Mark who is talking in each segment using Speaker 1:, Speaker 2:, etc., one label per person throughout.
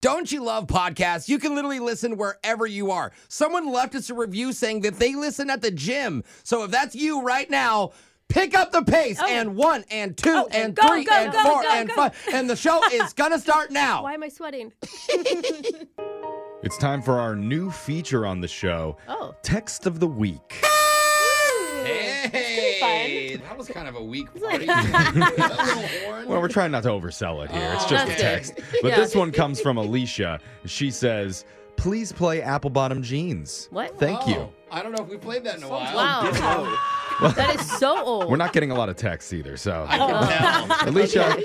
Speaker 1: Don't you love podcasts? You can literally listen wherever you are. Someone left us a review saying that they listen at the gym. So if that's you right now, pick up the pace and one and two
Speaker 2: Oh,
Speaker 1: and
Speaker 2: go,
Speaker 1: three
Speaker 2: go,
Speaker 1: and
Speaker 2: go,
Speaker 1: four
Speaker 2: go,
Speaker 1: and
Speaker 2: go.
Speaker 1: five. And the show is going to start now.
Speaker 2: Why am I sweating?
Speaker 3: It's time for our new feature on the show
Speaker 2: Oh.
Speaker 3: Text of the Week.
Speaker 1: Hey,
Speaker 2: fun.
Speaker 1: that was kind of a weak party. That little horn.
Speaker 3: Well, we're trying not to oversell it here. It's
Speaker 1: Oh,
Speaker 3: just a
Speaker 2: that's
Speaker 3: text. But
Speaker 2: Yeah.
Speaker 3: this one comes from Alicia. She says, Please play Apple Bottom Jeans.
Speaker 2: What?
Speaker 3: Thank you.
Speaker 1: Oh, I don't know if we played that in a while.
Speaker 2: Wow. that is so old.
Speaker 3: We're not getting a lot of texts either. So,
Speaker 1: I can tell.
Speaker 3: Alicia,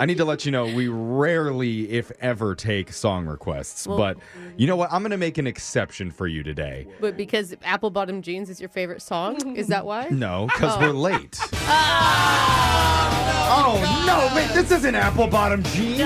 Speaker 3: I need to let you know we rarely, if ever, take song requests.
Speaker 2: Well-
Speaker 3: but you know what? I'm going to make an exception for you today.
Speaker 2: But because Apple Bottom Jeans is your favorite song, is that why?
Speaker 3: No, because we're late. Oh, no, wait, this isn't apple bottom jeans.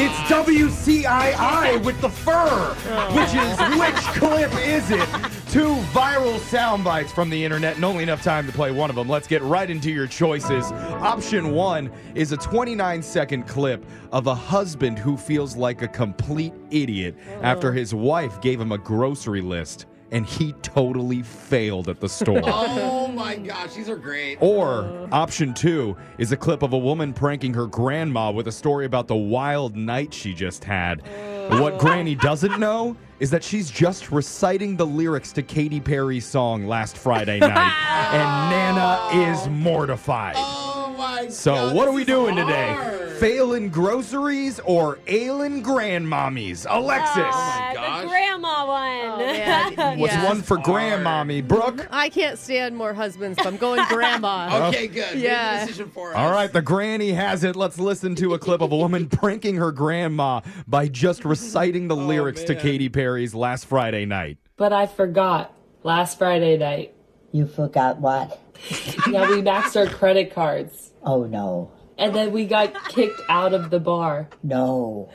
Speaker 3: It's WCII with the fur, which is which clip is it? Two viral sound bites from the internet and only enough time to play one of them. Let's get right into your choices. Option one is a 29 second clip of a husband who feels like a complete idiot after his wife gave him a grocery list and he totally failed at the store.
Speaker 1: Oh my gosh, these are great.
Speaker 3: Or option two is a clip of a woman pranking her grandma with a story about the wild night she just had.
Speaker 1: Oh.
Speaker 3: What Granny doesn't know is that she's just reciting the lyrics to Katy Perry's song last Friday night, and Nana is mortified.
Speaker 1: Oh my
Speaker 3: So,
Speaker 1: God,
Speaker 3: what
Speaker 1: this
Speaker 3: are we
Speaker 1: is
Speaker 3: doing
Speaker 1: hard.
Speaker 3: today? Failing groceries or ailing grandmommies? Alexis,
Speaker 1: Oh my gosh.
Speaker 4: The grandma one.
Speaker 2: Oh,
Speaker 3: what's one for grandmommy? Brooke?
Speaker 2: I can't stand more husbands, so I'm going grandma.
Speaker 1: Okay, good. Yeah.
Speaker 2: Yeah.
Speaker 1: decision for us.
Speaker 3: All right, the granny has it. Let's listen to a clip of a woman pranking her grandma by just reciting the lyrics to
Speaker 1: Oh, man.
Speaker 3: Katy Perry's Last Friday Night.
Speaker 5: But I forgot last Friday night.
Speaker 6: You forgot what?
Speaker 5: Now we maxed our credit cards.
Speaker 6: Oh no.
Speaker 5: And then we got kicked out of the bar.
Speaker 6: No.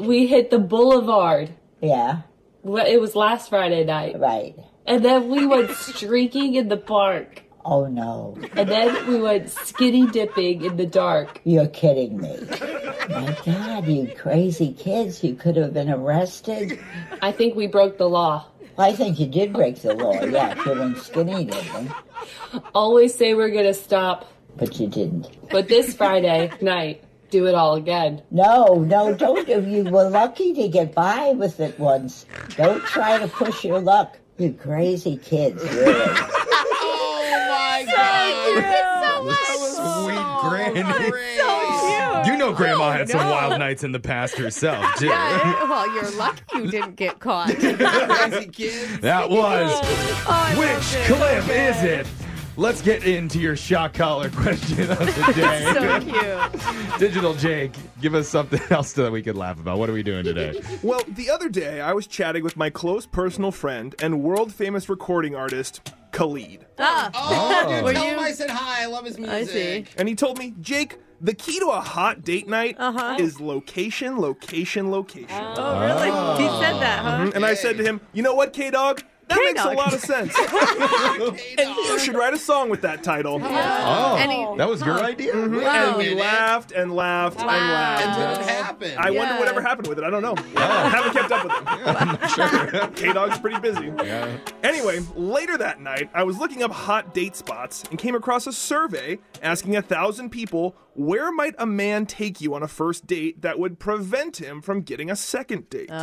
Speaker 5: We hit the boulevard.
Speaker 6: Yeah,
Speaker 5: Well, It was last Friday night.
Speaker 6: right.
Speaker 5: And then we went streaking in the park.
Speaker 6: Oh no.
Speaker 5: And then we went skinny dipping in the dark.
Speaker 6: You're kidding me. My God, you crazy kids. You could have been arrested.
Speaker 5: I think we broke the law.
Speaker 6: I think you did break the law. Yeah, if you went skinny dipping.
Speaker 5: Always say we're gonna stop.
Speaker 6: But you didn't.
Speaker 5: But this Friday night, do it all again.
Speaker 6: No, no, don't. do- You were lucky to get by with it once. Don't try to push your luck. You crazy kids, really.
Speaker 1: Oh my God.
Speaker 3: Sweet
Speaker 1: Oh,
Speaker 3: granny.
Speaker 1: Great.
Speaker 3: You know grandma had some wild nights in the past herself, too.
Speaker 2: well, you're lucky you didn't get caught.
Speaker 1: Crazy kids.
Speaker 3: That was
Speaker 1: oh,
Speaker 2: I
Speaker 3: Which
Speaker 2: loved it.
Speaker 3: Clip Is It? Let's get into your shock collar question of the
Speaker 2: So
Speaker 3: day.
Speaker 2: cute.
Speaker 3: Digital Jake, give us something else that we could laugh about. What are we doing today?
Speaker 7: Well, the other day I was chatting with my close personal friend and world famous recording artist, Khalid.
Speaker 2: Ah.
Speaker 1: Oh,
Speaker 2: Were
Speaker 1: dude, tell him
Speaker 2: you-
Speaker 1: I said hi. I love his music.
Speaker 2: I see.
Speaker 7: And he told me, Jake, the key to a hot date night is location, location, location.
Speaker 2: Uh-huh.
Speaker 7: Mm-hmm.
Speaker 2: Oh, really? He said that, huh?
Speaker 7: And I said to him, You know what, K Dog? That makes a
Speaker 2: K-Dog.
Speaker 7: lot of sense. and you should write a song with that title. Mm-hmm.
Speaker 3: Oh,
Speaker 2: Any-
Speaker 3: that was your idea.
Speaker 7: And we laughed and laughed and
Speaker 1: It
Speaker 7: laughed.
Speaker 1: didn't happen.
Speaker 7: I wonder
Speaker 2: Yeah.
Speaker 7: whatever happened with it. I don't know. I haven't kept up with him. K Dog's pretty busy. Anyway, later that night, I was looking up hot date spots and came across a survey asking a thousand people where might a man take you on a first date that would prevent him from getting a second date.
Speaker 1: prevent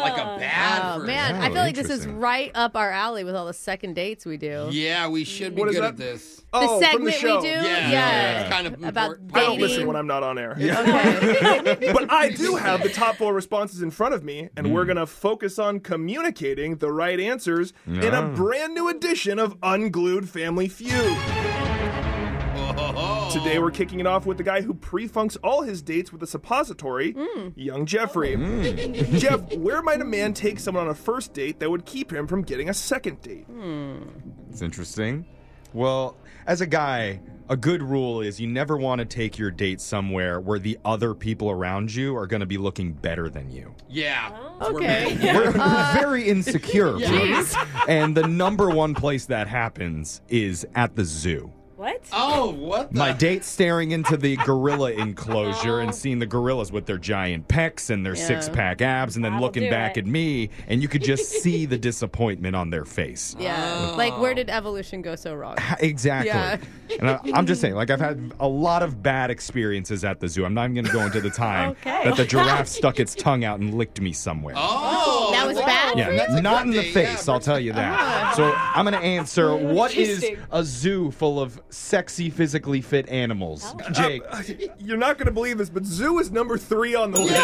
Speaker 1: like a bad
Speaker 2: Oh,
Speaker 1: person.
Speaker 2: man, I
Speaker 3: Oh,
Speaker 2: feel like this is
Speaker 3: interesting.
Speaker 2: right up our alley with all the second dates we do.
Speaker 1: Yeah, we should be
Speaker 7: What is
Speaker 1: good
Speaker 7: that?
Speaker 1: at this.
Speaker 2: The
Speaker 7: oh, from
Speaker 2: segment
Speaker 7: the show.
Speaker 2: we do?
Speaker 1: Yeah,
Speaker 2: Yeah.
Speaker 1: it's kind of
Speaker 2: About
Speaker 1: important.
Speaker 7: I don't listen
Speaker 2: Dating.
Speaker 7: when I'm not on air.
Speaker 2: Okay.
Speaker 7: But I do have the top four responses in front of me, and we're going to focus on communicating the right answers in a brand new edition of Unglued Family Feud. Today, we're kicking it off with the guy who pre-funks all his dates with a suppository,
Speaker 2: Mm.
Speaker 7: young Jeffrey. Jeff, where might a man take someone on a first date that would keep him from getting a second date?
Speaker 2: Hmm.
Speaker 3: It's interesting. Well, as a guy, a good rule is you never want to take your date somewhere where the other people around you are going to be looking better than you.
Speaker 1: Yeah.
Speaker 2: Oh. okay. Uh,
Speaker 3: We're
Speaker 1: Uh,
Speaker 3: very insecure, Brooke. and the number one place that happens is at the zoo.
Speaker 4: What?
Speaker 1: Oh, what the?
Speaker 3: My date staring into the gorilla enclosure and seeing the gorillas with their giant pecs and their
Speaker 2: Yeah.
Speaker 3: six pack abs, and then
Speaker 4: That'll
Speaker 3: looking
Speaker 4: do
Speaker 3: back
Speaker 4: it.
Speaker 3: at me, and you could just see the disappointment on their face.
Speaker 2: Yeah. Like,
Speaker 1: Oh.
Speaker 2: where did evolution go so wrong?
Speaker 3: Exactly.
Speaker 2: Yeah.
Speaker 3: And I, I'm just saying, like, I've had a lot of bad experiences at the zoo. I'm not even going to go into the time
Speaker 4: Okay.
Speaker 3: that the giraffe stuck its tongue out and licked me somewhere.
Speaker 1: Oh,
Speaker 2: That was bad for
Speaker 3: Yeah,
Speaker 2: you?
Speaker 3: n- not in the
Speaker 1: date,
Speaker 3: face,
Speaker 1: yeah,
Speaker 3: I'll tell you that. So I'm going to answer what is
Speaker 8: Interesting.
Speaker 3: a zoo full of sexy, physically fit animals?
Speaker 7: Oh.
Speaker 3: Jake.
Speaker 7: Uh, You're not going to believe this, but Zoo is number three on the list.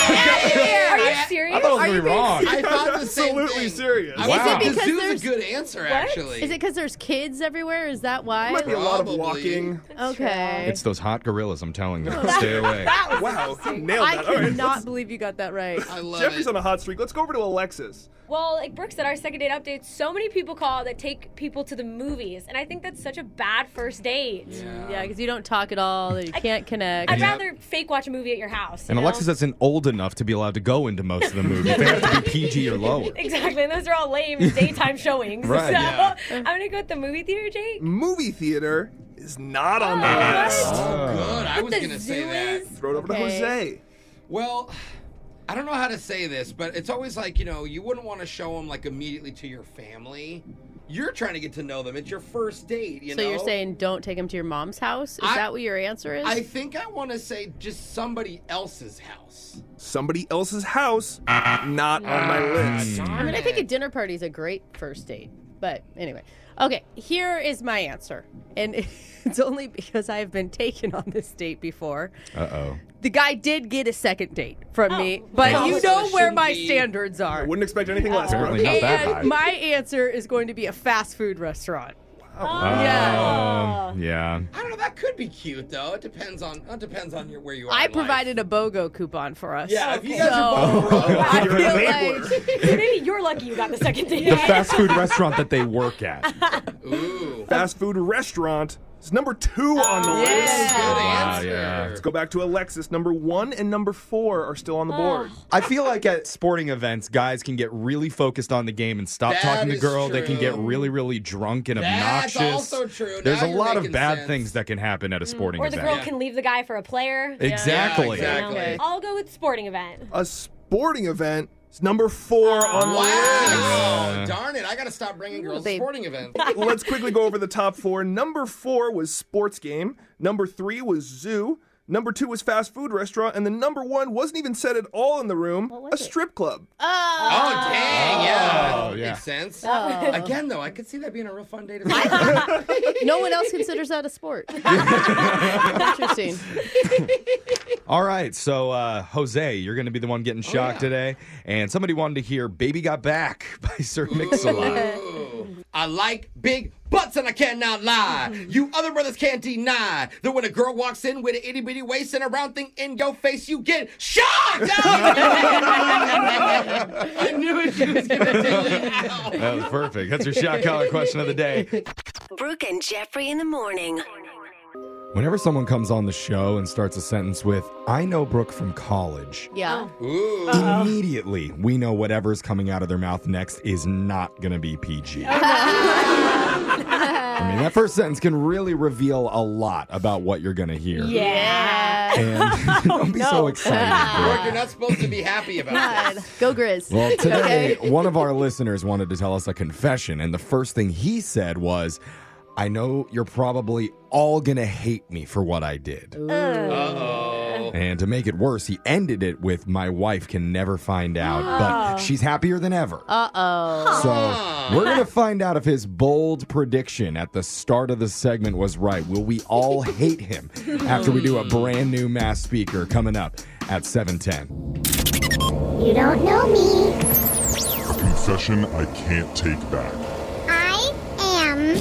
Speaker 4: Are you
Speaker 1: I-
Speaker 4: serious?
Speaker 3: I thought
Speaker 4: Are
Speaker 3: it was
Speaker 4: you
Speaker 3: going to be wrong.
Speaker 1: I thought the same thing.
Speaker 7: Absolutely serious.
Speaker 1: I
Speaker 3: Wow.
Speaker 1: was like,
Speaker 3: Is it
Speaker 1: the
Speaker 2: because
Speaker 1: zoo's
Speaker 2: there's-
Speaker 1: a good answer, actually.
Speaker 2: Is it because there's kids everywhere? Is that why?
Speaker 7: Might be a lot of
Speaker 1: Probably.
Speaker 7: walking.
Speaker 2: Okay.
Speaker 3: It's those hot gorillas, I'm telling you. Stay away.
Speaker 7: Wow, nailed
Speaker 2: I
Speaker 7: that. All right,
Speaker 2: cannot believe you got that right.
Speaker 1: I love
Speaker 7: Jeffrey's
Speaker 1: it.
Speaker 7: on a hot streak. Let's go over to Alexis.
Speaker 4: Well, like Brooke said, our second date update, so many people call that take people to the movies, and I think that's such a bad first date.
Speaker 2: Yeah, because you don't talk at all. You can't connect.
Speaker 4: I'd rather fake watch a movie at your house. you
Speaker 3: And
Speaker 4: know?
Speaker 3: Alexis isn't old enough to be allowed to go into most of the movies. They have to be PG or lower.
Speaker 4: Exactly, and those are all lame daytime showings.
Speaker 3: Right,
Speaker 4: so
Speaker 3: yeah.
Speaker 4: I'm gonna go with the movie theater, Jake.
Speaker 7: Movie theater is not on the list.
Speaker 1: Oh, good. I was
Speaker 4: the
Speaker 1: going to say
Speaker 4: zoo
Speaker 1: that.
Speaker 4: is-
Speaker 7: Throw it over
Speaker 2: Okay.
Speaker 7: to Jose.
Speaker 1: Well, I don't know how to say this, but it's always like, you know, you wouldn't want to show them like immediately to your family. You're trying to get to know them. It's your first date, you
Speaker 2: so
Speaker 1: know.
Speaker 2: you're saying don't take him to your mom's house? Is
Speaker 1: I-
Speaker 2: that what your answer is?
Speaker 1: I think I want to say just somebody else's house.
Speaker 7: Somebody else's house, not on
Speaker 1: Ah,
Speaker 7: my list.
Speaker 2: I mean, I think a dinner party is a great first date. But anyway, okay, here is my answer. And it's only because I've been taken on this date before.
Speaker 3: Uh oh.
Speaker 2: The guy did get a second date from me, but
Speaker 1: Oh,
Speaker 2: you
Speaker 1: so
Speaker 2: know
Speaker 1: it
Speaker 2: where
Speaker 1: shouldn't
Speaker 2: my
Speaker 1: be-
Speaker 2: standards are.
Speaker 7: I wouldn't expect anything less. bro.
Speaker 3: Apparently not that high.
Speaker 2: and my answer is going to be a fast food restaurant.
Speaker 7: Oh. Uh,
Speaker 3: Yeah. yeah.
Speaker 1: I don't know. That could be cute though. It depends on it depends on your where you are. in
Speaker 2: I
Speaker 1: life.
Speaker 2: provided a BOGO coupon for us.
Speaker 1: Yeah, if you
Speaker 2: So
Speaker 1: guys are both broke,
Speaker 2: I
Speaker 7: You're an
Speaker 2: feel
Speaker 7: enabler.
Speaker 2: like
Speaker 4: Maybe you're lucky you got the second date.
Speaker 3: The fast food restaurant that they work at.
Speaker 1: Ooh,
Speaker 7: Fast food restaurant is number two on the list.
Speaker 1: Oh, good
Speaker 2: yeah.
Speaker 3: Wow,
Speaker 1: answer.
Speaker 3: yeah.
Speaker 7: Go back to Alexis. Number one and number four are still
Speaker 1: Oh.
Speaker 7: on the board.
Speaker 3: I feel like at sporting events, guys can get really focused on the game and stop
Speaker 1: That
Speaker 3: talking to
Speaker 1: is
Speaker 3: girl. They can
Speaker 1: true.
Speaker 3: get really, really drunk and
Speaker 1: That's
Speaker 3: obnoxious.
Speaker 1: also true.
Speaker 3: There's
Speaker 1: Now
Speaker 3: a
Speaker 1: you're
Speaker 3: lot of
Speaker 1: making
Speaker 3: bad
Speaker 1: sense.
Speaker 3: things that can happen at a sporting
Speaker 4: Mm, or the
Speaker 3: event.
Speaker 4: girl can leave the guy for a player.
Speaker 3: Exactly.
Speaker 1: Yeah, exactly.
Speaker 2: Okay.
Speaker 4: I'll go with sporting event.
Speaker 7: A sporting event is number four on the list.
Speaker 1: Oh, Wow, Oh, darn it! I gotta stop bringing girls to
Speaker 2: babe.
Speaker 1: sporting events.
Speaker 7: Let's quickly go over the top four. Number four was sports game. Number three was zoo. Number two was fast food restaurant, and the number one wasn't even said at all in the room. A strip club.
Speaker 1: Oh dang! Yeah,
Speaker 3: Oh, yeah.
Speaker 1: makes sense.
Speaker 2: Oh.
Speaker 1: Again, though, I could see that being a real fun day to.
Speaker 2: Uh, no one else considers that a sport. Interesting.
Speaker 3: All right, so uh, Jose, you're going to be the one getting shocked
Speaker 1: Oh, yeah.
Speaker 3: today, and somebody wanted to hear "Baby Got Back" by Sir Mix-a-Lot.
Speaker 1: Ooh. I like big butts and I cannot lie. You other brothers can't deny that when a girl walks in with an itty bitty waist and a round thing in your face, you get shocked. I knew it. She was gonna do it. Ow.
Speaker 3: That was perfect. That's your shot collar question of the day.
Speaker 9: Brooke and Jeffrey in the morning.
Speaker 3: Whenever someone comes on the show and starts a sentence with "I know Brooke from college,"
Speaker 2: Yeah.
Speaker 1: Ooh.
Speaker 3: immediately we know whatever's coming out of their mouth next is not going to be PG. I mean, that first sentence can really reveal a lot about what you're going to hear.
Speaker 2: Yeah.
Speaker 3: And don't be so excited. Brooke.
Speaker 1: Brooke, you're not supposed to be happy about this.
Speaker 2: Go Grizz.
Speaker 3: Well, today, one of our listeners wanted to tell us a confession, and the first thing he said was, I know you're probably all going to hate me for what I did.
Speaker 1: Uh. Uh-oh.
Speaker 3: And to make it worse, he ended it with, My wife can never find out, but she's happier than ever.
Speaker 2: Uh oh.
Speaker 3: So we're going to find out if his bold prediction at the start of the segment was right. Will we all hate him after we do a brand new mass speaker coming up at 710?
Speaker 10: You don't know me.
Speaker 11: A confession I can't take back.
Speaker 10: I am.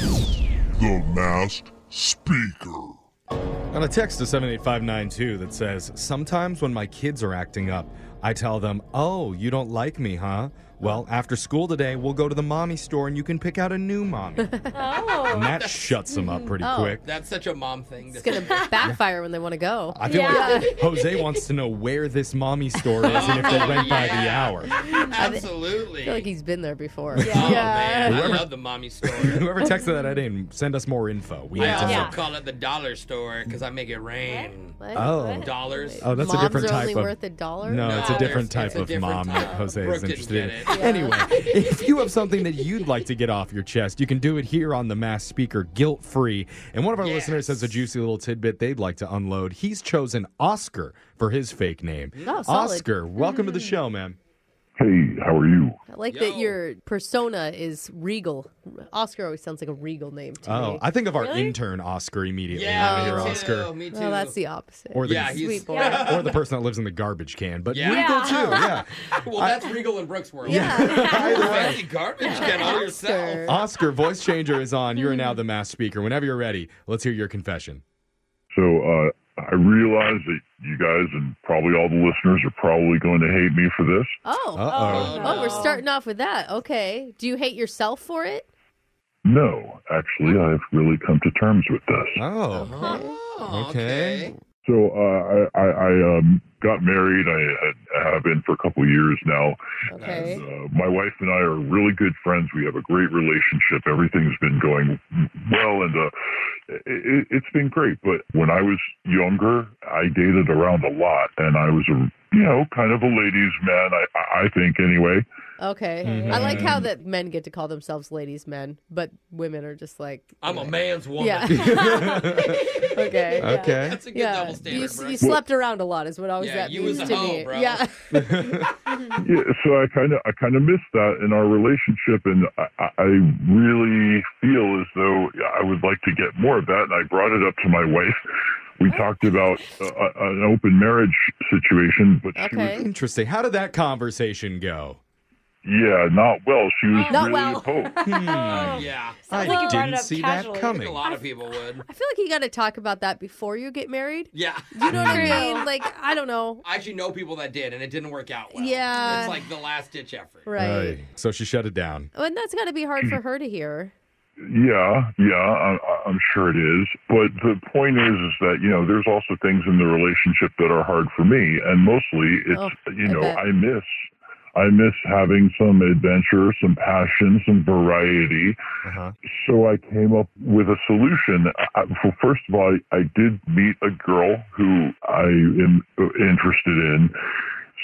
Speaker 11: The masked speaker.
Speaker 3: On a text to 78592 that says, Sometimes when my kids are acting up, I tell them, Oh, you don't like me, huh? Well, after school today, we'll go to the mommy store and you can pick out a new mommy. and that shuts them up pretty
Speaker 2: Oh.
Speaker 3: quick.
Speaker 1: That's such a mom thing.
Speaker 2: It's gonna backfire when they want to go.
Speaker 3: I feel like Jose wants to know where this mommy store is and if they went by the hour.
Speaker 1: Absolutely.
Speaker 2: I feel like he's been there before.
Speaker 1: Oh man,
Speaker 3: Whoever-
Speaker 1: I love the mommy store.
Speaker 3: Whoever texted that in, send us more info. We
Speaker 1: I
Speaker 3: need to
Speaker 1: also
Speaker 3: know.
Speaker 1: call it the dollar store because I make it rain.
Speaker 2: What?
Speaker 3: Oh.
Speaker 1: dollars.
Speaker 3: Oh, that's
Speaker 2: Moms
Speaker 3: a different
Speaker 2: are
Speaker 3: type
Speaker 2: only
Speaker 3: of.
Speaker 2: worth a dollar?
Speaker 3: No, it's a
Speaker 1: No,
Speaker 3: different
Speaker 1: there's- it's a
Speaker 3: type of
Speaker 1: different
Speaker 3: mom that Jose
Speaker 1: Brooke
Speaker 3: is
Speaker 1: didn't
Speaker 3: interested in.
Speaker 1: get it. Yeah.
Speaker 3: Anyway, if you have something that you'd like to get off your chest, you can do it here on the Mass Speaker, guilt free. And one of our listeners has a juicy little tidbit they'd like to unload. He's chosen Oscar for his fake name.
Speaker 2: Oh, solid. Mm-hmm.
Speaker 3: Oscar, welcome to the show, man.
Speaker 11: Hey, how are you?
Speaker 2: I like that your persona is regal. Oscar always sounds like a regal name to
Speaker 3: Oh,
Speaker 2: me.
Speaker 3: I think of our intern Oscar immediately. when I hear Oscar.
Speaker 1: me
Speaker 2: Well, Oh, that's the opposite.
Speaker 3: Or the,
Speaker 2: sweet boy. Yeah.
Speaker 3: or the person that lives in the garbage can, but
Speaker 1: Yeah.
Speaker 3: regal too. Yeah,
Speaker 1: well, that's Regal and Brooks world.
Speaker 3: Yeah.
Speaker 1: Either way, garbage can all yourself.
Speaker 3: Oscar, voice changer is on. You are now the mass speaker. Whenever you're ready, let's hear your confession.
Speaker 11: So uh, I realize that you guys and probably all the listeners are probably going to hate me for this.
Speaker 2: Oh.
Speaker 11: Uh-oh.
Speaker 2: Oh, we're starting off with that. Okay. Do you hate yourself for it?
Speaker 11: No, actually, I've really come to terms with this.
Speaker 1: Uh-huh.
Speaker 3: Oh,
Speaker 11: okay. So uh, I, I, I um, got married. I, had- I have been for a couple years now.
Speaker 2: Okay.
Speaker 11: Uh, my wife and I are really good friends. We have a great relationship. Everything's been going well, and uh, it, it's been great. But when I was younger, I dated around a lot, and I was a you know kind of a ladies' man. I I- I think anyway.
Speaker 2: Okay.
Speaker 3: Mm-hmm.
Speaker 2: I like how that men get to call themselves ladies men, but women are just like
Speaker 1: I'm a man's woman.
Speaker 2: Yeah. okay. yeah.
Speaker 1: Okay. That's a good
Speaker 2: yeah.
Speaker 1: double standard,
Speaker 2: You,
Speaker 1: Brooke.
Speaker 2: you slept around a lot is what always
Speaker 1: Yeah,
Speaker 2: that
Speaker 1: you
Speaker 2: means
Speaker 1: was
Speaker 2: to
Speaker 1: a hoe,
Speaker 2: me.
Speaker 1: bro.
Speaker 2: Yeah.
Speaker 11: yeah, so I kind of I kind of missed that in our relationship, and I, I- I really feel as though I would like to get more of that. And I brought it up to my wife. We talked about uh, uh, an open marriage situation, but she was
Speaker 3: Interesting. How did that conversation go?
Speaker 11: yeah, not well. She was
Speaker 2: Oh, Not
Speaker 11: really
Speaker 2: well.
Speaker 11: opposed.
Speaker 1: yeah.
Speaker 11: Sounds
Speaker 3: Hmm. I
Speaker 11: like you brought
Speaker 3: didn't
Speaker 11: it up casually.
Speaker 3: see that
Speaker 1: I think a
Speaker 3: coming.
Speaker 1: lot of people would.
Speaker 2: I feel like you got to talk about that before you get married.
Speaker 1: Yeah.
Speaker 2: You know what I mean? Like I don't know.
Speaker 1: I actually know people that did, and it didn't work out well.
Speaker 2: Yeah.
Speaker 1: It's like the last ditch effort.
Speaker 2: Right.
Speaker 3: Aye. So she shut it down.
Speaker 2: And that's got to be hard for her to hear.
Speaker 11: Yeah, yeah, I, I- I'm sure it is. But the point is, is that you know, there's also things in the relationship that are hard for me, and mostly it's
Speaker 12: Oh,
Speaker 11: you
Speaker 12: I
Speaker 11: know,
Speaker 12: bet.
Speaker 11: I miss, I miss having some adventure, some passion, some variety. So I came up with a solution. I, well, first of all, I, I did meet a girl who I am uh, interested in.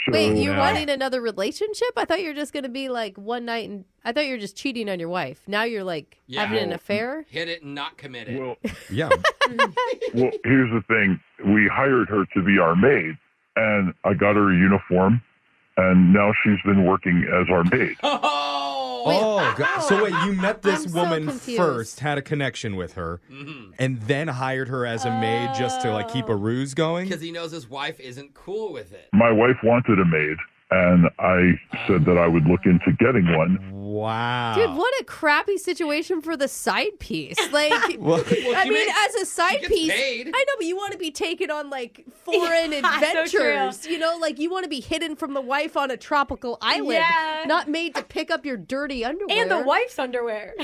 Speaker 11: So,
Speaker 2: Wait, you're wanting another relationship? I thought you were just going to be like one night and I thought you were just cheating on your wife. Now you're like
Speaker 1: Yeah.
Speaker 2: having an affair?
Speaker 1: Hit it and not commit it.
Speaker 11: Well,
Speaker 3: yeah.
Speaker 11: Well, here's the thing. We hired her to be our maid, and I got her a uniform, and now she's been working as our maid.
Speaker 3: oh, God. so wait, you met this
Speaker 2: I'm so
Speaker 3: woman
Speaker 2: confused.
Speaker 3: first, had a connection with her,
Speaker 1: Mm-hmm.
Speaker 3: and then hired her as a maid just to like
Speaker 2: Oh.
Speaker 3: keep a ruse going.
Speaker 1: Because he knows his wife isn't cool with it.
Speaker 11: My wife wanted a maid, and I said that I would look into getting one.
Speaker 3: Wow.
Speaker 2: Dude, what a crappy situation for the side piece. Like,
Speaker 11: Well-
Speaker 2: I
Speaker 11: she
Speaker 2: mean,
Speaker 11: makes-
Speaker 2: as a side
Speaker 1: gets
Speaker 2: piece,
Speaker 1: paid.
Speaker 2: I know, but you want to be taken on like foreign
Speaker 4: Yeah, so true.
Speaker 2: adventures. you know, like you want to be hidden from the wife on a tropical island,
Speaker 4: Yeah.
Speaker 2: not made to pick up your dirty underwear
Speaker 4: And the wife's underwear.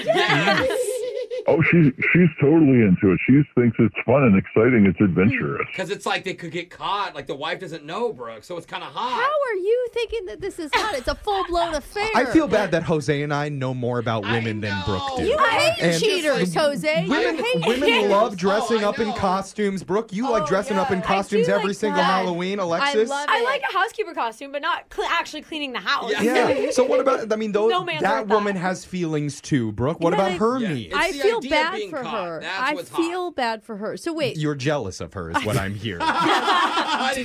Speaker 11: Oh, she's she's totally into it. She thinks it's fun and exciting. It's adventurous.
Speaker 1: Because it's like they could get caught. Like the wife doesn't know, Brooke, so it's kind of hot.
Speaker 2: How are you thinking that this is hot? It's a full blown affair.
Speaker 3: I feel bad that Jose and I know more about women than Brooke did.
Speaker 2: You hate
Speaker 3: And-
Speaker 2: cheaters, Jose. You
Speaker 3: Women,
Speaker 2: hate
Speaker 3: women
Speaker 2: cheaters.
Speaker 3: love dressing up in costumes. Brooke, you like dressing up in costumes every single Halloween, Alexis.
Speaker 4: I like a housekeeper costume, but not cl- actually cleaning the house.
Speaker 3: Yeah. so what about? I mean, those,
Speaker 4: No man's
Speaker 3: that
Speaker 4: worth
Speaker 3: woman has feelings too, Brooke. What about her needs?
Speaker 2: I
Speaker 1: the idea
Speaker 2: feel
Speaker 1: of
Speaker 2: bad
Speaker 1: being
Speaker 2: for
Speaker 1: caught.
Speaker 2: her.
Speaker 1: That's
Speaker 2: I
Speaker 1: what's
Speaker 2: feel bad for her. So wait,
Speaker 3: You're jealous of her, is what I'm hearing.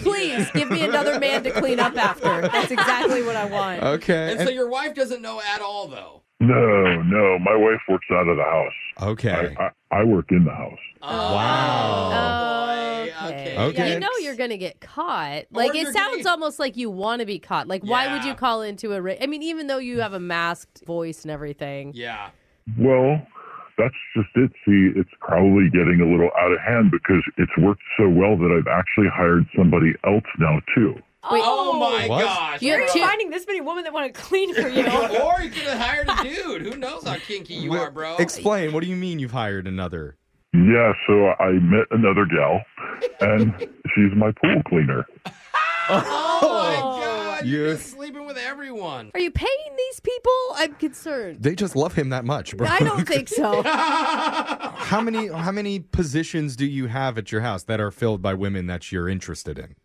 Speaker 2: please give me another man to clean up after. That's exactly what I want.
Speaker 3: Okay.
Speaker 1: And, so your wife doesn't know at all, though.
Speaker 11: No, no, my wife works out of the house.
Speaker 3: Okay,
Speaker 11: I, I, I work in the house.
Speaker 1: Oh.
Speaker 2: wow. Oh, Okay.
Speaker 11: Okay.
Speaker 2: You know you're going to get caught. Like, it
Speaker 1: you're
Speaker 2: sounds almost like you want to be caught. Like, why would
Speaker 1: Yeah.
Speaker 2: you call into a. Ra- I mean, even though you have a masked voice and everything.
Speaker 1: Yeah.
Speaker 11: Well, that's just it. See, it's probably getting a little out of hand because it's worked so well that I've actually hired somebody else now too.
Speaker 1: Oh my
Speaker 3: What?
Speaker 1: gosh.
Speaker 4: Where are you finding this many women that want to clean for you?
Speaker 1: or you could have hired a dude. Who knows how kinky you are, bro?
Speaker 3: Explain. What do you mean you've hired another?
Speaker 11: Yeah, so I met another gal, and she's my pool cleaner.
Speaker 1: Oh, my god, you're
Speaker 3: You-
Speaker 1: just sleeping with everyone.
Speaker 2: Are you paying these people? I'm concerned.
Speaker 3: They just love him that much, bro.
Speaker 2: I don't think so.
Speaker 3: how many how many positions do you have at your house that are filled by women that you're interested in?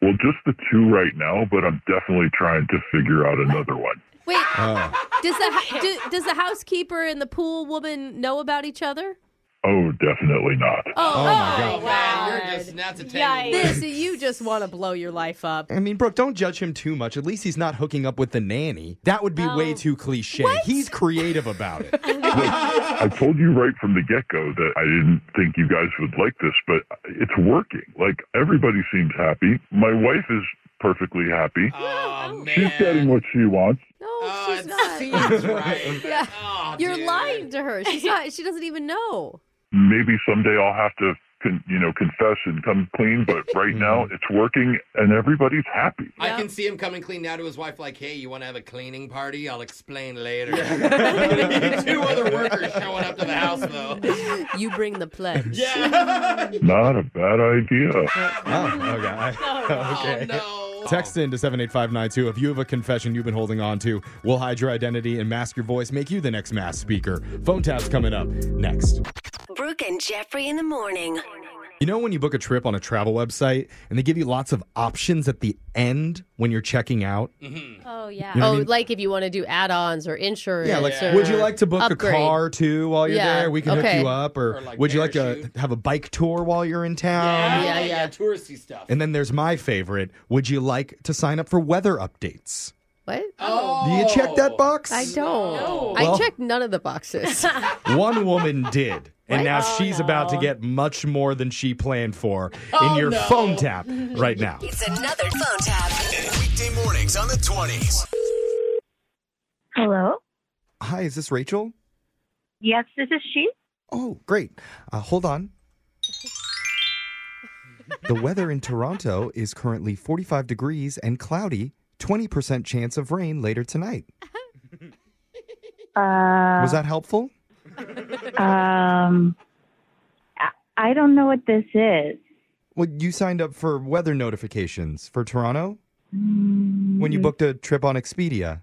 Speaker 11: Well, just the two right now, but I'm definitely trying to figure out another one.
Speaker 2: Wait,
Speaker 3: Oh.
Speaker 2: does the hou- do, does the housekeeper and the pool woman know about each other?
Speaker 11: Oh, definitely not.
Speaker 2: Oh,
Speaker 3: my
Speaker 1: Oh,
Speaker 3: god.
Speaker 1: man, you're just not to tangle with.
Speaker 2: This you just want to blow your life up.
Speaker 3: I mean, Brooke, don't judge him too much. At least he's not hooking up with the nanny. That would be way too cliche. He's creative about it.
Speaker 11: I told you right from the get go that I didn't think you guys would like this, but it's working. Like, everybody seems happy. My wife is perfectly happy.
Speaker 1: Oh
Speaker 11: She's
Speaker 1: man.
Speaker 11: getting what she wants.
Speaker 2: No,
Speaker 1: Oh,
Speaker 2: she's
Speaker 1: it
Speaker 2: not.
Speaker 1: seems right.
Speaker 2: Yeah.
Speaker 1: Oh,
Speaker 2: You're
Speaker 1: dude.
Speaker 2: lying to her. She's not. She doesn't even know.
Speaker 11: Maybe someday I'll have to, con- you know, confess and come clean, but right now it's working and everybody's happy.
Speaker 1: I
Speaker 2: Yeah.
Speaker 1: can see him coming clean now to his wife, like, "Hey, you want to have a cleaning party? I'll explain later." Two other workers showing up to the house though.
Speaker 2: You bring the pledge.
Speaker 1: Yeah.
Speaker 11: Not a bad idea.
Speaker 3: Oh, okay. I- okay.
Speaker 1: No.
Speaker 3: Text in to 78592 if you have a confession you've been holding on to. We'll hide your identity and mask your voice, make you the next mass speaker. Phone tap's coming up next.
Speaker 9: Brooke and Jeffrey in the morning.
Speaker 3: You know when you book a trip on a travel website and they give you lots of options at the end when you're checking out?
Speaker 4: Oh yeah.
Speaker 3: You know what I
Speaker 2: oh,
Speaker 3: mean?
Speaker 2: like if you want to do add-ons or insurance.
Speaker 3: Yeah, like
Speaker 2: or
Speaker 3: would you like to book
Speaker 2: upgrade.
Speaker 3: a car too while you're
Speaker 2: Yeah,
Speaker 3: there? We can
Speaker 2: okay.
Speaker 3: hook you up or,
Speaker 1: Or, like,
Speaker 3: would you like to
Speaker 1: parachute.
Speaker 3: have a bike tour while you're in town?
Speaker 1: Yeah, yeah,
Speaker 2: Yeah,
Speaker 1: yeah,
Speaker 2: yeah.
Speaker 1: touristy stuff.
Speaker 3: And then there's my favorite, would you like to sign up for weather updates?
Speaker 2: What?
Speaker 1: oh,
Speaker 3: Do you check that box?
Speaker 2: I don't.
Speaker 1: No.
Speaker 3: Well-
Speaker 2: I checked none of the boxes.
Speaker 3: One woman did. And now
Speaker 4: Oh,
Speaker 3: she's
Speaker 4: no. Oh,
Speaker 3: about to get much more than she planned for in your
Speaker 1: Oh, no.
Speaker 3: phone tap right now.
Speaker 9: It's another phone tap.
Speaker 12: Weekday mornings on the 20s.
Speaker 13: Hello?
Speaker 3: Hi, is this Rachel?
Speaker 13: Yes, this is she.
Speaker 3: Oh, great. Uh, hold on. the weather in Toronto is currently 45 degrees and cloudy, 20% chance of rain later tonight.
Speaker 13: Uh,
Speaker 3: Was that helpful?
Speaker 13: um, I, I don't know what this is.
Speaker 3: Well, you signed up for weather notifications for Toronto when
Speaker 13: Mm-hmm.
Speaker 3: you booked a trip on Expedia.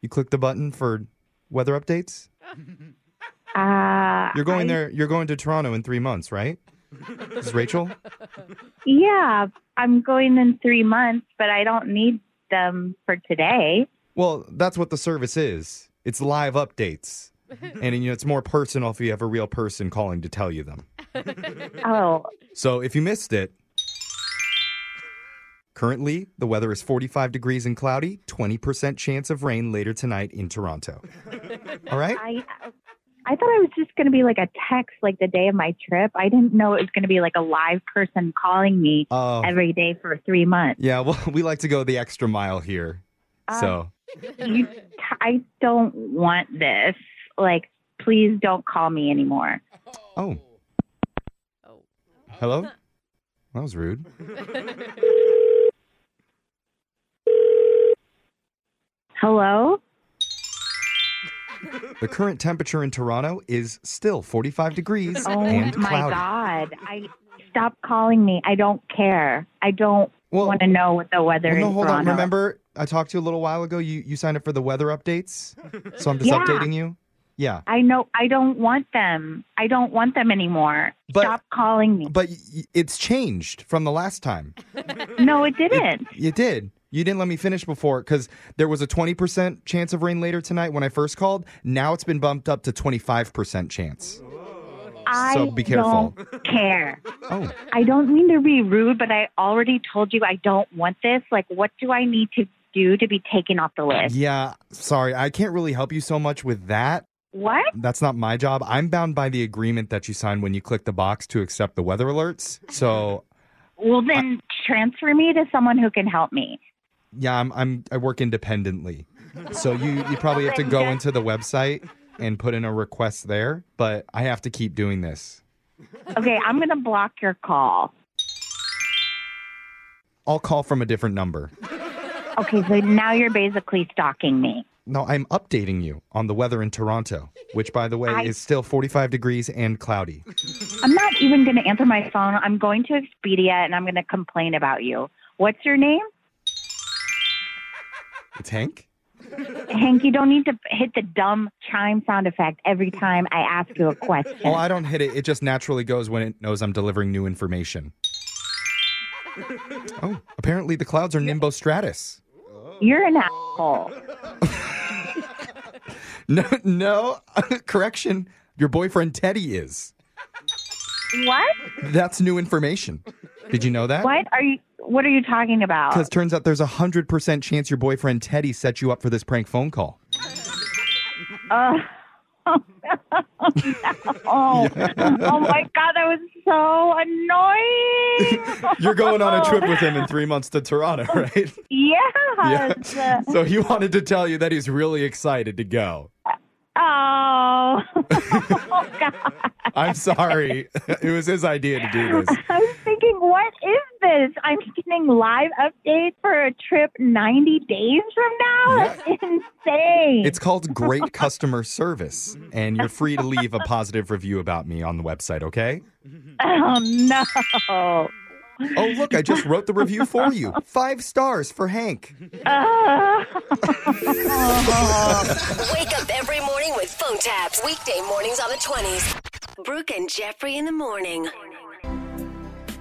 Speaker 3: You clicked the button for weather updates.
Speaker 13: Uh,
Speaker 3: You're
Speaker 13: I-
Speaker 3: going there. You're going to Toronto in three months, right? This is Rachel.
Speaker 13: Yeah, I'm going in three months, but I don't need them for today.
Speaker 3: Well, that's what the service is. It's live updates, and you know it's more personal if you have a real person calling to tell you them.
Speaker 13: Oh,
Speaker 3: So if you missed it, currently the weather is 45 degrees and cloudy, 20% chance of rain later tonight in Toronto. All right.
Speaker 13: I I thought it was just going to be like a text, like the day of my trip. I didn't know it was going to be like a live person calling me
Speaker 3: Oh.
Speaker 13: every day for three months.
Speaker 3: Yeah, well, we like to go the extra mile here.
Speaker 13: Uh,
Speaker 3: so,
Speaker 13: You, I don't want this. Like, please don't call me anymore.
Speaker 3: oh.
Speaker 13: Oh.
Speaker 3: Hello? That was rude.
Speaker 13: Hello.
Speaker 3: The current temperature in Toronto is still 45 degrees
Speaker 13: Oh
Speaker 3: and
Speaker 13: my
Speaker 3: cloudy.
Speaker 13: God! I stop calling me. I don't care. I don't
Speaker 3: Well-
Speaker 13: want to know what the weather
Speaker 3: Well,
Speaker 13: is.
Speaker 3: no, hold on.
Speaker 13: Toronto.
Speaker 3: Remember, I talked to you a little while ago. You you signed up for the weather updates, so I'm just
Speaker 13: Yeah.
Speaker 3: updating you. Yeah,
Speaker 13: I know. I don't want them. I don't want them anymore.
Speaker 3: But-
Speaker 13: stop calling me.
Speaker 3: but y- y- it's changed from the last time.
Speaker 13: no, it didn't.
Speaker 3: You did. You didn't let me finish before because there was a 20% chance of rain later tonight when I first called. Now it's been bumped up to 25% chance.
Speaker 13: I
Speaker 3: So be careful.
Speaker 13: don't care.
Speaker 3: Oh.
Speaker 13: I don't mean to be rude, but I already told you I don't want this. Like, what do I need to do to be taken off the list?
Speaker 3: Yeah, sorry. I can't really help you so much with that.
Speaker 13: What?
Speaker 3: That's not my job. I'm bound by the agreement that you signed when you click the box to accept the weather alerts. So,
Speaker 13: Well, then transfer me to someone who can help me.
Speaker 3: yeah, I'm, I'm I work independently. So you you probably have to go into the website and put in a request there, but I have to keep doing this.
Speaker 13: Okay, I'm going to block your call.
Speaker 3: I'll call from a different number.
Speaker 13: Okay, so now you're basically stalking me.
Speaker 10: No, I'm updating you on the weather in Toronto, which, by the way,
Speaker 13: I-
Speaker 10: is still 45 degrees and cloudy.
Speaker 13: I'm not even going to answer my phone. I'm going to Expedia and I'm going to complain about you. What's your name?
Speaker 10: It's Hank?
Speaker 13: Hank, you don't need to hit the dumb chime sound effect every time I ask you a question.
Speaker 10: Oh, I don't hit it. It just naturally goes when it knows I'm delivering new information. Oh, apparently the clouds are nimbostratus.
Speaker 13: You're an asshole.
Speaker 10: No, no, correction. Your boyfriend Teddy is.
Speaker 13: What?
Speaker 10: That's new information. Did you know that?
Speaker 13: What are you? What are you talking about?
Speaker 10: Because turns out there's a 100% chance your boyfriend Teddy set you up for this prank phone call.
Speaker 13: Uh, oh, no. oh my god, that was so annoying.
Speaker 3: You're going on a trip with him in three months to Toronto, right?
Speaker 13: Yes.
Speaker 3: So he wanted to tell you that he's really excited to go.
Speaker 13: Oh,
Speaker 3: I'm sorry. it was his idea to do this.
Speaker 13: I was thinking, what is this? I'm getting live updates for a trip 90 days from now. That's insane.
Speaker 3: It's called great customer service, and you're free to leave a positive review about me on the website, okay?
Speaker 13: Oh no. Oh
Speaker 10: Oh, look, I just wrote the review for you. Five stars for Hank.
Speaker 13: Uh,
Speaker 9: Wake up every morning with phone taps. Weekday mornings on the 20s. Brooke and Jeffrey in the morning.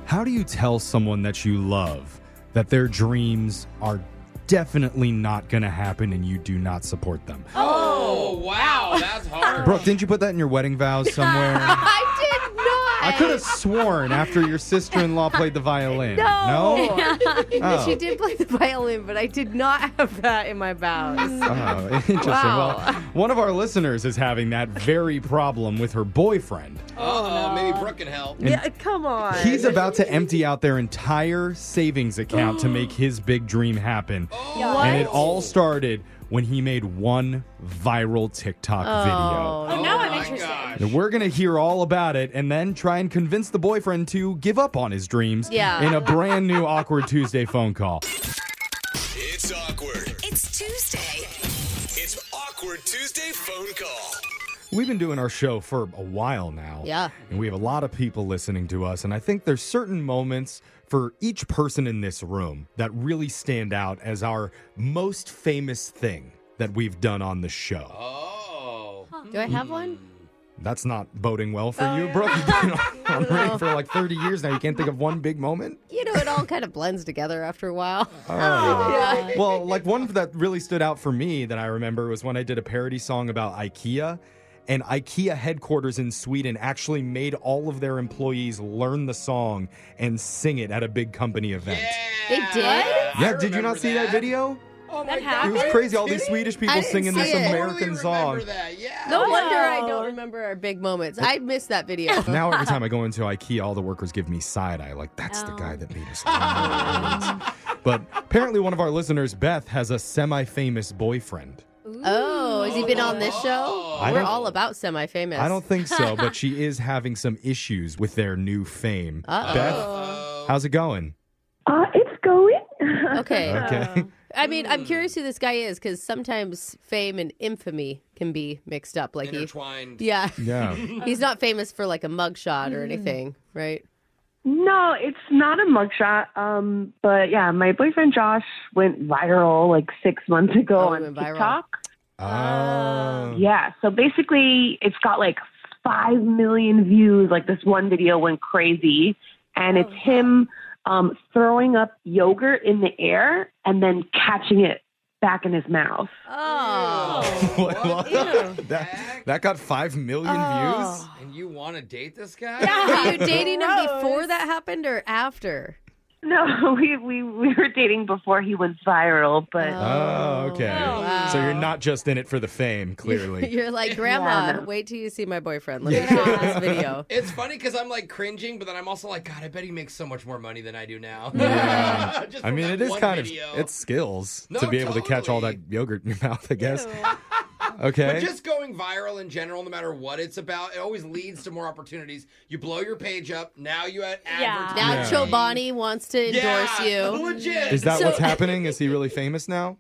Speaker 3: How do you tell someone that you love that their dreams are definitely not going to happen and you do not support them?
Speaker 1: Oh, wow. That's hard.
Speaker 3: Brooke, didn't you put that in your wedding vows somewhere?
Speaker 2: I did not.
Speaker 3: I could have sworn after your sister in law played the violin.
Speaker 2: No.
Speaker 3: Oh.
Speaker 2: She did play the violin, but I did not have that in my vows.
Speaker 3: Oh, interesting.
Speaker 2: Wow.
Speaker 3: Well, one of our listeners is having that very problem with her boyfriend.
Speaker 1: Oh, maybe Brooke can help.
Speaker 2: Yeah, come on.
Speaker 3: He's about to empty out their entire savings account to make his big dream happen.
Speaker 2: What?
Speaker 3: And it all started when he made one viral TikTok
Speaker 4: Oh, now I'm interested.
Speaker 3: video. And we're going to hear all about it and then try and convince the boyfriend to give up on his dreams
Speaker 9: Yeah.
Speaker 3: in a brand new Awkward Tuesday phone call.
Speaker 12: It's awkward.
Speaker 9: It's Tuesday.
Speaker 12: It's awkward Tuesday phone call.
Speaker 3: We've been doing our show for a while now.
Speaker 9: Yeah.
Speaker 3: And we have a lot of people listening to us. And I think there's certain moments for each person in this room that really stand out as our most famous thing that we've done on the show.
Speaker 1: Oh.
Speaker 2: Do I have one?
Speaker 3: That's not boding well for you, Brooke. You've been on radio for like 30 years now. You can't think of one big moment?
Speaker 2: You know, it all kind of blends together after a while.
Speaker 3: Oh.
Speaker 2: Yeah.
Speaker 3: Well, like one that really stood out for me that I remember was when I did a parody song about IKEA. And IKEA headquarters in Sweden actually made all of their employees learn the song and sing it at a big company event.
Speaker 2: They did?
Speaker 3: Yeah, did you not see that, video?
Speaker 1: Oh
Speaker 2: my
Speaker 3: It was crazy. All these Swedish
Speaker 2: I
Speaker 3: people
Speaker 2: didn't
Speaker 3: singing
Speaker 2: see
Speaker 3: this
Speaker 2: it. I
Speaker 3: American song.
Speaker 2: No wonder I don't remember our big moments. I missed that video.
Speaker 3: Now every time I go into IKEA, all the workers give me side eye, like that's the
Speaker 2: Oh.
Speaker 3: guy that made us. learn the words." but apparently, one of our listeners, Beth, has a semi-famous boyfriend.
Speaker 2: Oh, has he been on this show?
Speaker 3: I
Speaker 2: We're
Speaker 3: don't-
Speaker 2: all about semi famous.
Speaker 3: I don't think so, but she is having some issues with their new fame.
Speaker 2: Uh-oh.
Speaker 3: Beth, how's it going?
Speaker 13: Uh, it's going.
Speaker 2: Okay.
Speaker 3: Okay.
Speaker 2: I mean, I'm curious who this guy is because sometimes fame and infamy can be mixed up. Like
Speaker 1: intertwined.
Speaker 2: He, yeah.
Speaker 3: Yeah.
Speaker 2: He's not famous for like a mugshot
Speaker 13: Mm.
Speaker 2: or anything, right?
Speaker 14: No, it's not a mugshot. Um, but yeah, my boyfriend Josh went viral like six months ago
Speaker 2: Oh, he
Speaker 14: on
Speaker 2: went viral.
Speaker 14: TikTok.
Speaker 3: Oh.
Speaker 14: Yeah, so basically, it's got like five million views. Like this one video went crazy, and it's
Speaker 2: Oh,
Speaker 14: him um, throwing up yogurt in the air and then catching it back in his mouth.
Speaker 2: Oh. Oh.
Speaker 3: that, that got 5 million views?
Speaker 1: And you want to date this guy?
Speaker 2: Were you dating him before that happened or after?
Speaker 14: No, we, we we were dating before he went viral, but
Speaker 3: Oh, okay.
Speaker 2: wow.
Speaker 3: So you're not just in it for the fame, clearly.
Speaker 2: You're like, Grandma, wait till you see my boyfriend. Let me show you this video.
Speaker 1: It's funny because I'm like cringing, but then I'm also like, God, I bet he makes so much more money than I do now.
Speaker 3: Yeah.
Speaker 1: Just
Speaker 3: I
Speaker 1: from
Speaker 3: mean,
Speaker 1: that
Speaker 3: it is
Speaker 1: one
Speaker 3: kind
Speaker 1: video.
Speaker 3: of it's skills
Speaker 1: No,
Speaker 3: to be able to catch all that yogurt in your mouth. I guess. Okay.
Speaker 1: But just going viral in general, no matter what it's about, it always leads to more opportunities. You blow your page up. Now you ad-
Speaker 2: Yeah.
Speaker 1: advertise.
Speaker 2: Now
Speaker 3: Yeah.
Speaker 2: Chobani wants to endorse
Speaker 1: Yeah,
Speaker 2: you.
Speaker 1: Legit.
Speaker 3: Is that
Speaker 2: So-
Speaker 3: what's happening? Is he really famous now?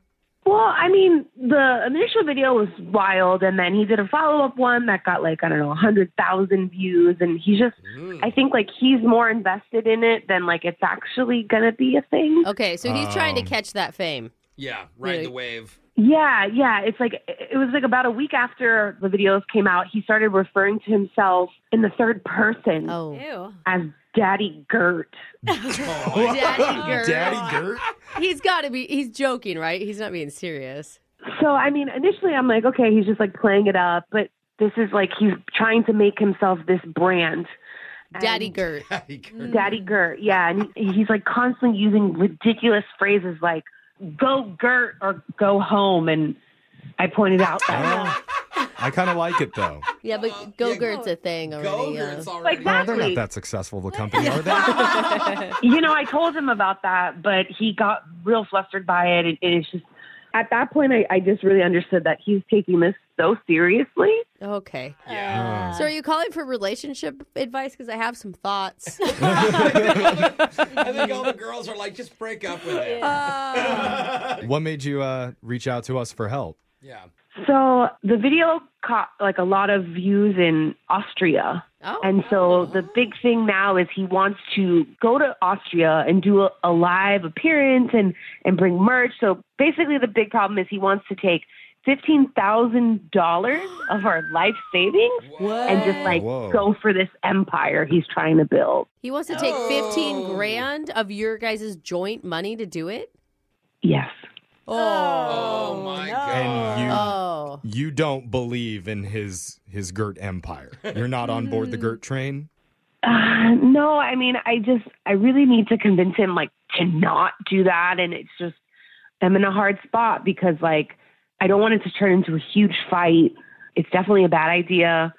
Speaker 14: Well, I mean, the initial video was wild, and then he did a follow up one that got like I don't know, a hundred thousand views, and he's just, I think like he's more invested in it than like it's actually gonna be a thing.
Speaker 2: Okay, so he's trying to catch that fame.
Speaker 1: Yeah, ride the wave.
Speaker 14: Yeah, yeah. It's like it was like about a week after the videos came out, he started referring to himself in the third person
Speaker 2: Oh.
Speaker 14: as Daddy Gert.
Speaker 2: Daddy Gert.
Speaker 14: Daddy
Speaker 3: Gert?
Speaker 2: He's got to be. He's joking, right? He's not being serious.
Speaker 14: So I mean, initially I'm like, okay, he's just like playing it up, but this is like he's trying to make himself this brand.
Speaker 2: Daddy Gert.
Speaker 1: Daddy
Speaker 2: Mm.
Speaker 1: Gert.
Speaker 14: Daddy Gert, yeah, and he, he's like constantly using ridiculous phrases like "go Gert" or "go home," and I pointed out that
Speaker 3: I kind of like it though.
Speaker 2: Yeah, but Go Gert's a thing already. yeah.
Speaker 3: Well, they're not that successful of a company, are they?
Speaker 14: uh, you know, I told him about that, but he got real flustered by it. And, and it's just at that point, I, I just really understood that he's taking this so seriously.
Speaker 2: Okay. So are you calling for relationship advice? Because I have some thoughts.
Speaker 1: I think all the girls are like, just break up with it.
Speaker 3: what made you uh, reach out to us for help?
Speaker 14: So the video caught like a lot of views in Austria. and so the big thing now is he wants to go to Austria and do a, a live appearance and, and bring merch. So basically, the big problem is he wants to take $15,000 of our life savings and just like
Speaker 2: Whoa.
Speaker 14: go for this empire he's trying to build.
Speaker 2: he wants to take fifteen grand of your guys' joint money to do it.
Speaker 14: Yes.
Speaker 2: Oh, my
Speaker 3: And you
Speaker 2: Oh.
Speaker 3: you don't believe in his his Gert empire. You're not on board the Gert train.
Speaker 14: Uh, no, I mean, I just, I really need to convince him like to not do that. And it's just, I'm in a hard spot because like, I don't want it to turn into a huge fight. It's definitely a bad idea.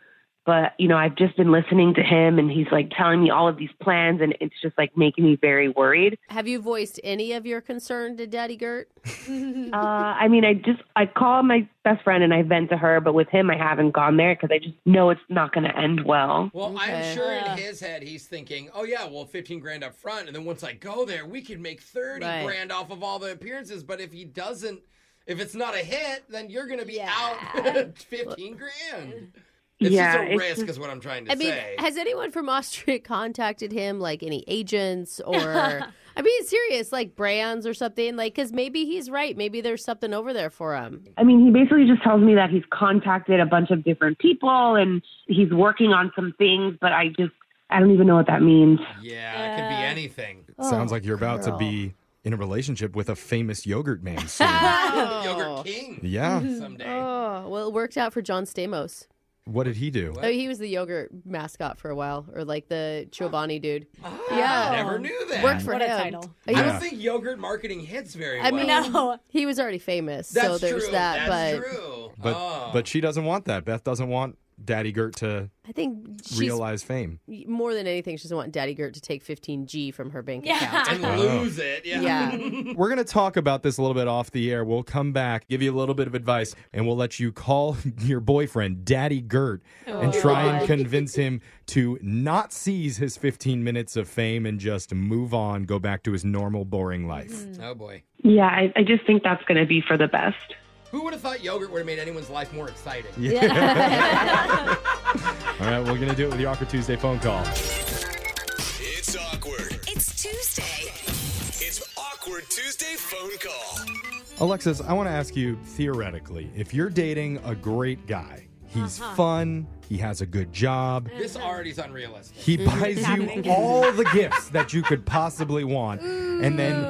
Speaker 14: But, you know, I've just been listening to him and he's like telling me all of these plans and it's just like making me very worried.
Speaker 2: Have you voiced any of your concern to Daddy Gert?
Speaker 14: Uh, I mean, I just, I call my best friend and I vent to her, but with him, I haven't gone there because I just know it's not going to end well.
Speaker 1: Well, I'm sure
Speaker 2: Uh.
Speaker 1: in his head he's thinking, "Oh yeah, well, 15 grand up front, and then once I go there, we can make 30
Speaker 14: Right.
Speaker 1: grand off of all the appearances." But if he doesn't, if it's not a hit, then you're going to be out 15 grand. It's
Speaker 14: Yeah,
Speaker 1: just a
Speaker 14: it's
Speaker 1: risk,
Speaker 14: just-
Speaker 1: is what I'm trying to
Speaker 2: I mean,
Speaker 1: say.
Speaker 2: has anyone from Austria contacted him, like any agents or? I'm being serious, like brands or something, like because maybe he's right. Maybe there's something over there for him.
Speaker 14: I mean, he basically just tells me that he's contacted a bunch of different people and he's working on some things, but I just, I don't even know what that means.
Speaker 1: yeah, it could
Speaker 2: Uh,
Speaker 1: be anything.
Speaker 2: Oh,
Speaker 3: Sounds like you're about to be in a relationship with a famous yogurt man. soon.
Speaker 1: Yogurt King.
Speaker 3: Yeah.
Speaker 1: Someday.
Speaker 2: Oh, well, it worked out for John Stamos.
Speaker 3: what did he do?
Speaker 2: Oh, he was the yogurt mascot for a while, or like the Chobani dude. yeah,
Speaker 1: Never knew that.
Speaker 2: Worked for
Speaker 1: What a
Speaker 2: him.
Speaker 1: title.
Speaker 2: He
Speaker 1: I
Speaker 2: was-
Speaker 1: don't think yogurt marketing hits very
Speaker 2: I
Speaker 1: well.
Speaker 2: mean, he was already famous, so
Speaker 1: That's
Speaker 2: there's
Speaker 1: true.
Speaker 2: that.
Speaker 1: That's
Speaker 2: but
Speaker 1: true.
Speaker 3: But
Speaker 1: Oh.
Speaker 3: but she doesn't want that. Beth doesn't want Daddy Gert to
Speaker 2: I think she's
Speaker 3: realize fame.
Speaker 2: more than anything, she doesn't want Daddy Gert to take 15G from her bank
Speaker 1: Yeah.
Speaker 2: account.
Speaker 1: And lose it. Yeah.
Speaker 2: Yeah.
Speaker 3: We're going to talk about this a little bit off the air. We'll come back, give you a little bit of advice, and we'll let you call your boyfriend, Daddy Gert, and
Speaker 15: Oh,
Speaker 3: try and
Speaker 15: God.
Speaker 3: convince him to not seize his 15 minutes of fame and just move on, go back to his normal, boring life.
Speaker 14: Hmm.
Speaker 1: Oh boy.
Speaker 14: Yeah, I, I just think that's going to be for the best.
Speaker 1: Who would have thought yogurt would have made anyone's life more exciting?
Speaker 3: All right, we're going to do it with the Awkward Tuesday phone call.
Speaker 12: It's awkward. It's Tuesday. It's awkward Tuesday phone call.
Speaker 3: Alexis, I want to ask you theoretically if you're dating a great guy, he's
Speaker 1: Uh-huh.
Speaker 3: fun, he has a good job,
Speaker 1: This already's unrealistic.
Speaker 3: He
Speaker 2: Mm-hmm.
Speaker 15: Mm-hmm.
Speaker 3: buys you all the gifts that you could possibly want. And then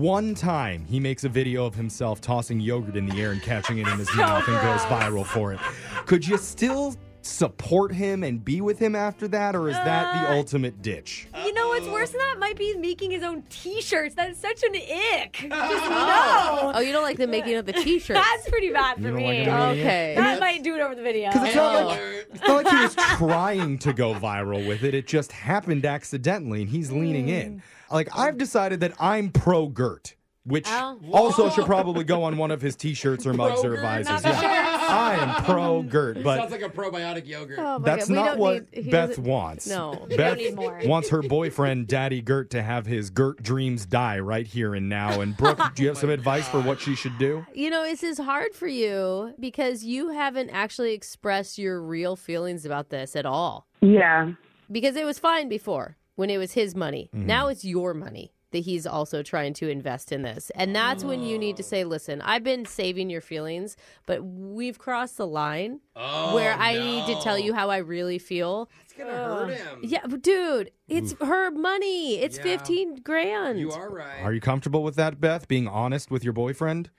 Speaker 3: one time he makes a video of himself tossing yogurt in the air and catching it in his
Speaker 15: So
Speaker 3: mouth and goes
Speaker 15: gross.
Speaker 3: viral for it. Could you still support him and be with him after that, or is that
Speaker 15: Uh,
Speaker 3: the ultimate ditch?
Speaker 4: You know what's worse than that? Might be making his own T-shirts. That is such an ick. Just
Speaker 2: Oh.
Speaker 4: no.
Speaker 2: Oh, you don't like the making of the T-shirts.
Speaker 4: That's pretty bad
Speaker 3: You
Speaker 4: for
Speaker 3: don't like
Speaker 4: me.
Speaker 3: it making it? Okay.
Speaker 4: That might do it over the video.
Speaker 3: 'Cause it's
Speaker 2: Oh.
Speaker 3: not like- It's not like he was trying to go viral with it. It
Speaker 1: Mm.
Speaker 3: just happened accidentally, and he's leaning in. Like, I've decided that I'm pro Gert. which
Speaker 15: Oh.
Speaker 3: also should probably go on one of his t-shirts or mugs or visors. Yeah. I am pro Gert, but
Speaker 1: sounds like a probiotic yogurt.
Speaker 2: Oh
Speaker 3: that's not what Beth wants.
Speaker 1: No. We
Speaker 3: Beth
Speaker 1: don't need more.
Speaker 3: wants her boyfriend, Daddy Gert, to have his Gert dreams die right here and now. And Brooke, do you
Speaker 1: Oh
Speaker 3: have some advice for what she should do?
Speaker 2: You know, this is hard for you because you haven't actually expressed your real feelings about this at all.
Speaker 14: Yeah.
Speaker 2: Because it was fine before when it was his money.
Speaker 1: Mm-hmm.
Speaker 2: Now it's your money that he's also trying to invest in this. And that's when you need to say, listen, I've been saving your feelings, but we've crossed the line
Speaker 1: Oh,
Speaker 2: where I need to tell you how I really feel. That's
Speaker 1: going to hurt him.
Speaker 2: Yeah, but dude, it's her money. It's 15 grand. You
Speaker 1: are right.
Speaker 3: Are you comfortable with that, Beth? Being honest with your boyfriend?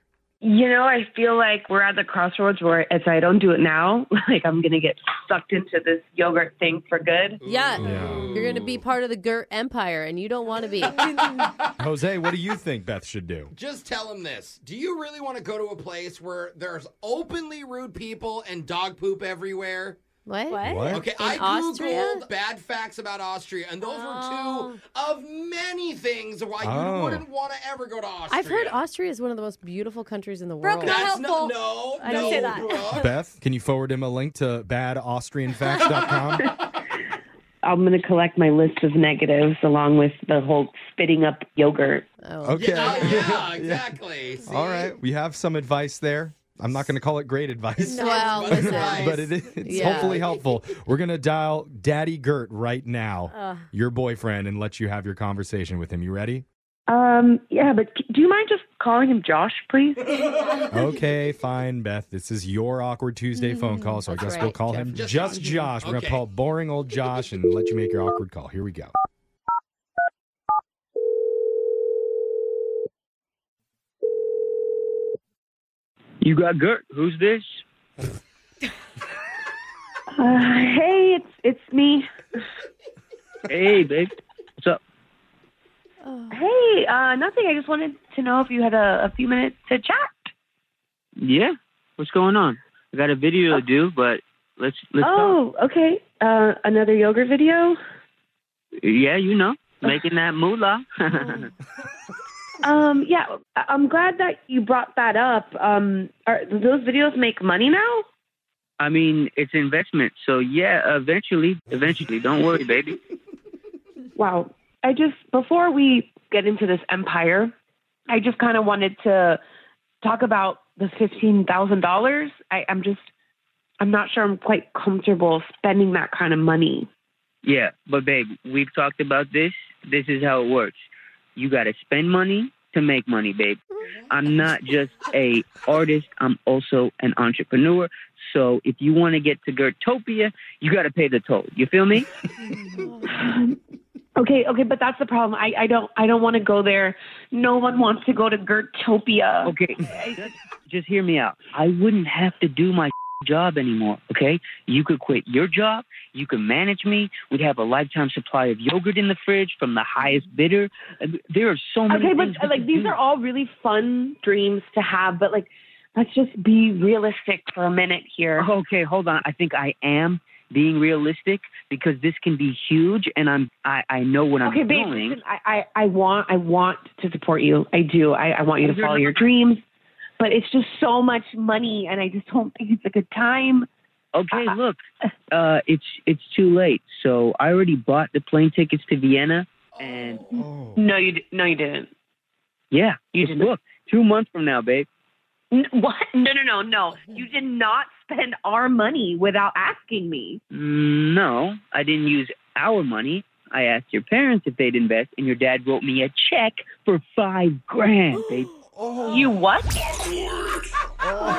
Speaker 14: You know, I feel like we're at the crossroads where if I don't do it now, like I'm gonna get sucked into this yogurt thing for good.
Speaker 2: Yeah. You're going to be part of the Gert empire and you don't want to be.
Speaker 3: Jose, what do you think Beth should do?
Speaker 1: Just tell him this. Do you really want to go to a place where there's openly rude people and dog poop everywhere?
Speaker 2: What?
Speaker 3: What?
Speaker 1: Okay,
Speaker 3: In
Speaker 1: I
Speaker 2: Austria? Oh.
Speaker 1: googled bad facts about Austria, and those were two of many things why you
Speaker 3: Oh.
Speaker 1: wouldn't want to ever go to Austria.
Speaker 2: I've heard Austria is one of the most beautiful countries in the world.
Speaker 1: That's not- no,
Speaker 2: I didn't
Speaker 1: no,
Speaker 2: say that.
Speaker 1: Brooke.
Speaker 3: Beth, can you forward him a link to badaustrianfacts.com?
Speaker 14: I'm gonna collect my list of negatives along with the whole spitting up yogurt.
Speaker 1: Oh.
Speaker 3: Okay. Yeah,
Speaker 1: exactly.
Speaker 3: All right, we have some advice there. I'm not going to call it great advice.
Speaker 2: No, Well,
Speaker 3: but
Speaker 2: it's advice.
Speaker 3: it is it's
Speaker 2: Yeah.
Speaker 3: hopefully helpful. We're going to dial Daddy Gert right now,
Speaker 2: Uh.
Speaker 14: Ugh.
Speaker 3: your boyfriend, and let you have your conversation with him. You ready?
Speaker 14: Um, yeah, but c- do you mind just calling him Josh, please? Uh,
Speaker 3: Okay, fine, Beth. This is your awkward Tuesday phone call, so I guess
Speaker 14: That's
Speaker 3: we'll
Speaker 14: right,
Speaker 3: call him
Speaker 14: Jeff. Just
Speaker 3: just, Josh. We're going to
Speaker 14: Okay.
Speaker 3: call boring old Josh and let you make your awkward call. Here we go.
Speaker 16: You got Gert. Who's this?
Speaker 14: Uh, hey, it's it's me.
Speaker 16: Hey, babe. What's up?
Speaker 14: Hey, uh, nothing. I just wanted to know if you had a, a few minutes to chat.
Speaker 16: Yeah. What's going on? I got a video to do, but let's let's
Speaker 14: oh, okay. Uh, another yogurt video.
Speaker 16: talk. Yeah, you know, making that moolah.
Speaker 14: Um, yeah, I- I'm glad that you brought that up. Um, are do those videos make money now?
Speaker 16: I mean, it's investment, so yeah, eventually, eventually. Don't worry, baby.
Speaker 14: Wow. I just before we get into this empire, I just kind of wanted to talk about the fifteen thousand dollars. I I'm just I'm not sure I'm quite comfortable spending that kind of money.
Speaker 16: Yeah, but babe, we've talked about this. This is how it works. You gotta spend money to make money, babe. I'm not just a artist. I'm also an entrepreneur. So if you want to get to Gertopia, you gotta pay the toll. You feel me?
Speaker 14: Um, Okay, okay, but that's the problem. I, I don't I don't want to go there. No one wants to go to Gertopia.
Speaker 16: Okay. just hear me out. I wouldn't have to do my job anymore, okay? You could quit your job. You could manage me. We'd have a lifetime supply of yogurt in the fridge from the highest bidder. And There are so many.
Speaker 14: Okay, but
Speaker 16: things
Speaker 14: uh, like these are all really fun dreams to have, but like let's just be realistic for a minute here.
Speaker 16: Okay, hold on. I think I am being realistic because this can be huge, and I'm I, I know what I'm
Speaker 14: okay, babe,
Speaker 16: doing.
Speaker 14: listen, I, I, I want I want to support you. I do. I, I want you to
Speaker 16: You're
Speaker 14: follow
Speaker 16: not-
Speaker 14: your dreams. But it's just so much money and I just don't think it's a good time.
Speaker 16: Okay, look, uh, it's it's too late. So I already bought the plane tickets to Vienna, and
Speaker 14: No, you di- no you didn't.
Speaker 16: yeah, you just booked two months from now, babe.
Speaker 14: N- what? No, no, no, no. You did not spend our money without asking me.
Speaker 16: Mm, No, I didn't use our money. I asked your parents if they'd invest, and your dad wrote me a check for five grand, babe.
Speaker 14: You what?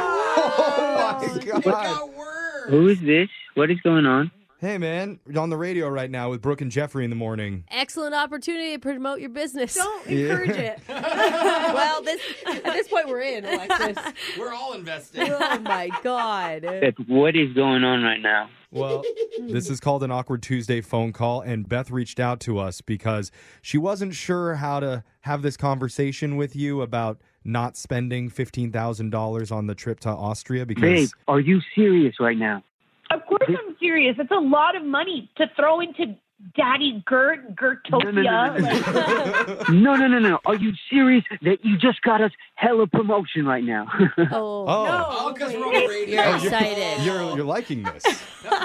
Speaker 3: Oh my God.
Speaker 16: Who is this? What is going on?
Speaker 3: Hey, man, you're on the radio right now with Brooke and Jeffrey in the morning.
Speaker 2: Excellent opportunity to promote your business. Don't
Speaker 3: Yeah. encourage it.
Speaker 2: well, this at this point we're in, Alexis.
Speaker 1: We're all invested.
Speaker 2: Oh my god.
Speaker 16: Beth, what is going on right now?
Speaker 3: Well, this is called an awkward Tuesday phone call, and Beth reached out to us because she wasn't sure how to have this conversation with you about not spending fifteen thousand dollars on the trip to Austria. Because
Speaker 16: Babe, are you serious right now?
Speaker 14: Of course I'm serious. It's a lot of money to throw into
Speaker 13: Daddy Gert, Gertopia. like-
Speaker 16: no, no, no, no. Are you serious that you just got us hella promotion right now?
Speaker 2: oh,
Speaker 3: no.
Speaker 1: All because we're on the radio.
Speaker 2: You're excited.
Speaker 3: Oh, You're, you're liking this.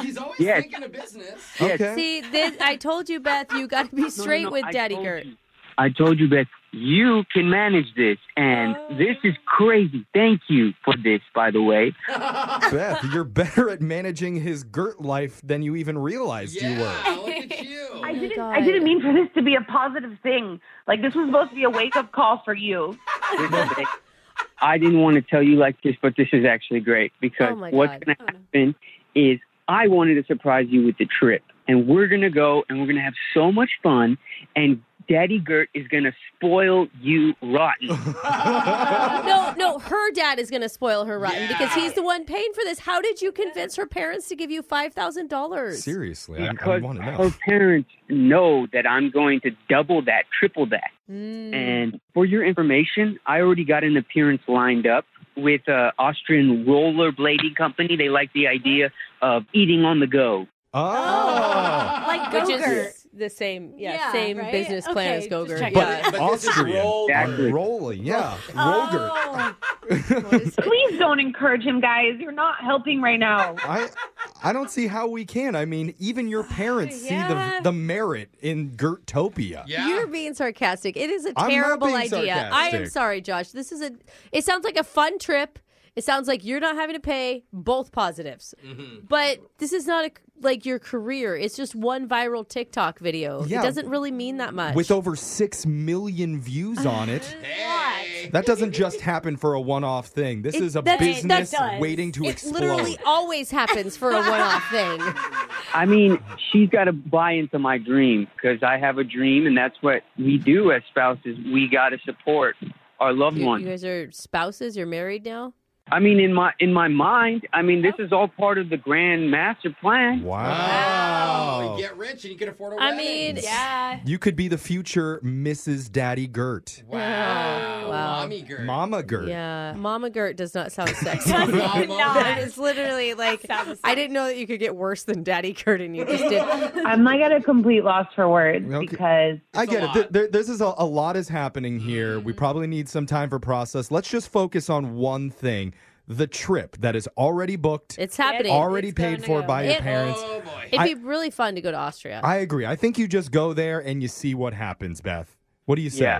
Speaker 1: He's always
Speaker 16: Yes.
Speaker 1: thinking of business.
Speaker 16: Okay.
Speaker 2: See, this, I told you, Beth, you got to be straight with Daddy Gert.
Speaker 16: I told you, Beth, you can manage this, and this is crazy. Thank you for this, by the way.
Speaker 3: Beth, you're better at managing his Gert life than you even realized you were.
Speaker 14: I didn't. I didn't mean for this to be a positive thing. Like this was supposed to be a wake up call for you.
Speaker 16: I didn't want to tell you like this, but this is actually great because
Speaker 14: Oh, my
Speaker 16: what's
Speaker 14: God.
Speaker 16: going to happen is I wanted to surprise you with the trip, and we're going to go and we're going to have so much fun, and Daddy Gert is going to spoil you rotten.
Speaker 2: no, no, her dad is going to spoil her rotten because he's the one paying for this. How did you convince her parents to give you five thousand dollars?
Speaker 3: Seriously,
Speaker 16: I, want to know. Her parents know that I'm going to double that, triple that.
Speaker 14: Mm.
Speaker 16: And for your information, I already got an appearance lined up with an Austrian rollerblading company. They like the idea of eating on the go.
Speaker 3: Oh.
Speaker 2: Like Which is the same, yeah,
Speaker 15: Yeah,
Speaker 2: same
Speaker 15: right?
Speaker 2: business plan as Gogurt.
Speaker 3: But
Speaker 2: yeah.
Speaker 3: Austrian.
Speaker 16: Exactly.
Speaker 3: Rolling, yeah. Roger.
Speaker 14: Oh. Please don't encourage him, guys. You're not helping right now.
Speaker 3: I I don't see how we can. I mean, even your parents
Speaker 2: Yeah.
Speaker 3: see the the merit in Gertopia.
Speaker 2: You're being sarcastic. It is a
Speaker 3: I'm not
Speaker 2: terrible
Speaker 3: being
Speaker 2: idea. I am
Speaker 3: sarcastic.
Speaker 2: sorry, Josh. This is a. It sounds like a fun trip. It sounds like you're not having to pay both positives.
Speaker 3: Mm-hmm.
Speaker 2: But this is not a, like your career. It's just one viral TikTok video.
Speaker 3: Yeah.
Speaker 2: It doesn't really mean that much.
Speaker 3: With over 6 million views on it. That doesn't just happen for a one-off thing. This
Speaker 2: It-
Speaker 3: is a
Speaker 2: that's- that
Speaker 3: business
Speaker 2: does.
Speaker 3: waiting to
Speaker 2: it
Speaker 3: explode.
Speaker 2: literally always happens for a one-off thing.
Speaker 16: I mean, she's got to buy into my dream because I have a dream, and that's what we do as spouses. We got to support our loved
Speaker 2: You,
Speaker 16: ones.
Speaker 2: you guys are spouses. You're married now.
Speaker 16: I mean, in my in my mind, I mean, this is all part of the grand master plan.
Speaker 3: Wow.
Speaker 1: Get rich and you can afford a
Speaker 2: I
Speaker 1: wedding.
Speaker 2: mean, yeah.
Speaker 3: You could be the future Mrs. Daddy Gert.
Speaker 2: Wow. Wow.
Speaker 1: Mommy Gert.
Speaker 3: Mama Gert.
Speaker 2: Yeah, Mama Gert does not sound sexy.
Speaker 3: Does
Speaker 1: not.
Speaker 2: That is literally like I didn't know that you could get worse than Daddy Gert, and you just did.
Speaker 14: I'm like at Um, a complete loss for words because
Speaker 3: I get it. Th- There, this is a, a lot is happening here.
Speaker 2: Mm.
Speaker 3: We probably need some time for process. Let's just focus on one thing: the trip that is already booked.
Speaker 2: It's happening.
Speaker 3: Already
Speaker 2: It's
Speaker 3: paid
Speaker 2: gonna
Speaker 3: for
Speaker 2: go.
Speaker 3: by your
Speaker 2: It- Oh,
Speaker 3: parents.
Speaker 2: It'd be really fun to go to Austria.
Speaker 3: I agree. I think you just go there and you see what happens, Beth. What do you say?
Speaker 16: Yeah.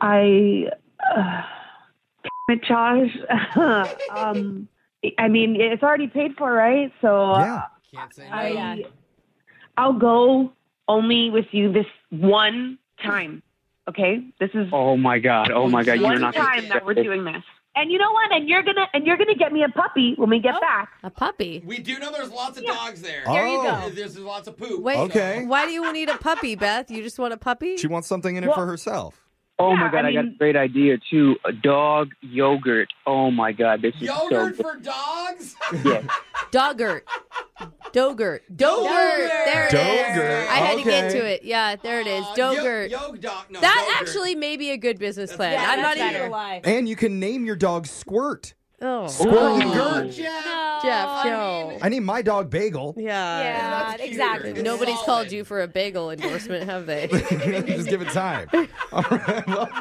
Speaker 14: I, uh, damn it, Josh. um, I mean, it's already paid for, right? So uh,
Speaker 1: Can't say no.
Speaker 14: I, I'll go only with you this one time. Okay, this is
Speaker 16: Oh my god! Oh my god! You're
Speaker 14: one
Speaker 16: not
Speaker 14: time that we're
Speaker 16: accept it.
Speaker 14: doing this. And you know what? And you're gonna and you're gonna get me a puppy when we get back.
Speaker 2: Oh. A puppy.
Speaker 1: We do know there's lots of dogs there.
Speaker 3: There you Oh. go.
Speaker 1: There's lots of poop.
Speaker 2: Wait,
Speaker 3: Okay.
Speaker 2: why do you need a puppy, Beth? You just want a puppy?
Speaker 3: She wants something in it for herself.
Speaker 16: Oh
Speaker 2: Yeah,
Speaker 16: my god!
Speaker 2: I
Speaker 16: I, got a great idea too. A dog yogurt. Oh my god! This is
Speaker 1: Yogurt
Speaker 16: so.
Speaker 1: for dogs?
Speaker 16: Yeah.
Speaker 2: Doggert. Dogert. Dogert. There it is.
Speaker 16: Dogurt.
Speaker 2: I had to get
Speaker 16: Okay.
Speaker 2: to it. Yeah, there it is. Dogert. that actually may be a good business plan.
Speaker 15: better.
Speaker 2: I'm not
Speaker 15: That's
Speaker 2: even
Speaker 15: better.
Speaker 2: gonna lie.
Speaker 3: And you can name your dog Squirt.
Speaker 2: Oh.
Speaker 3: Squirt and Gert.
Speaker 2: Jeff, no.
Speaker 3: I need my dog Bagel.
Speaker 2: Yeah, exactly. Nobody's called you for a bagel endorsement, have they?
Speaker 3: just give it time.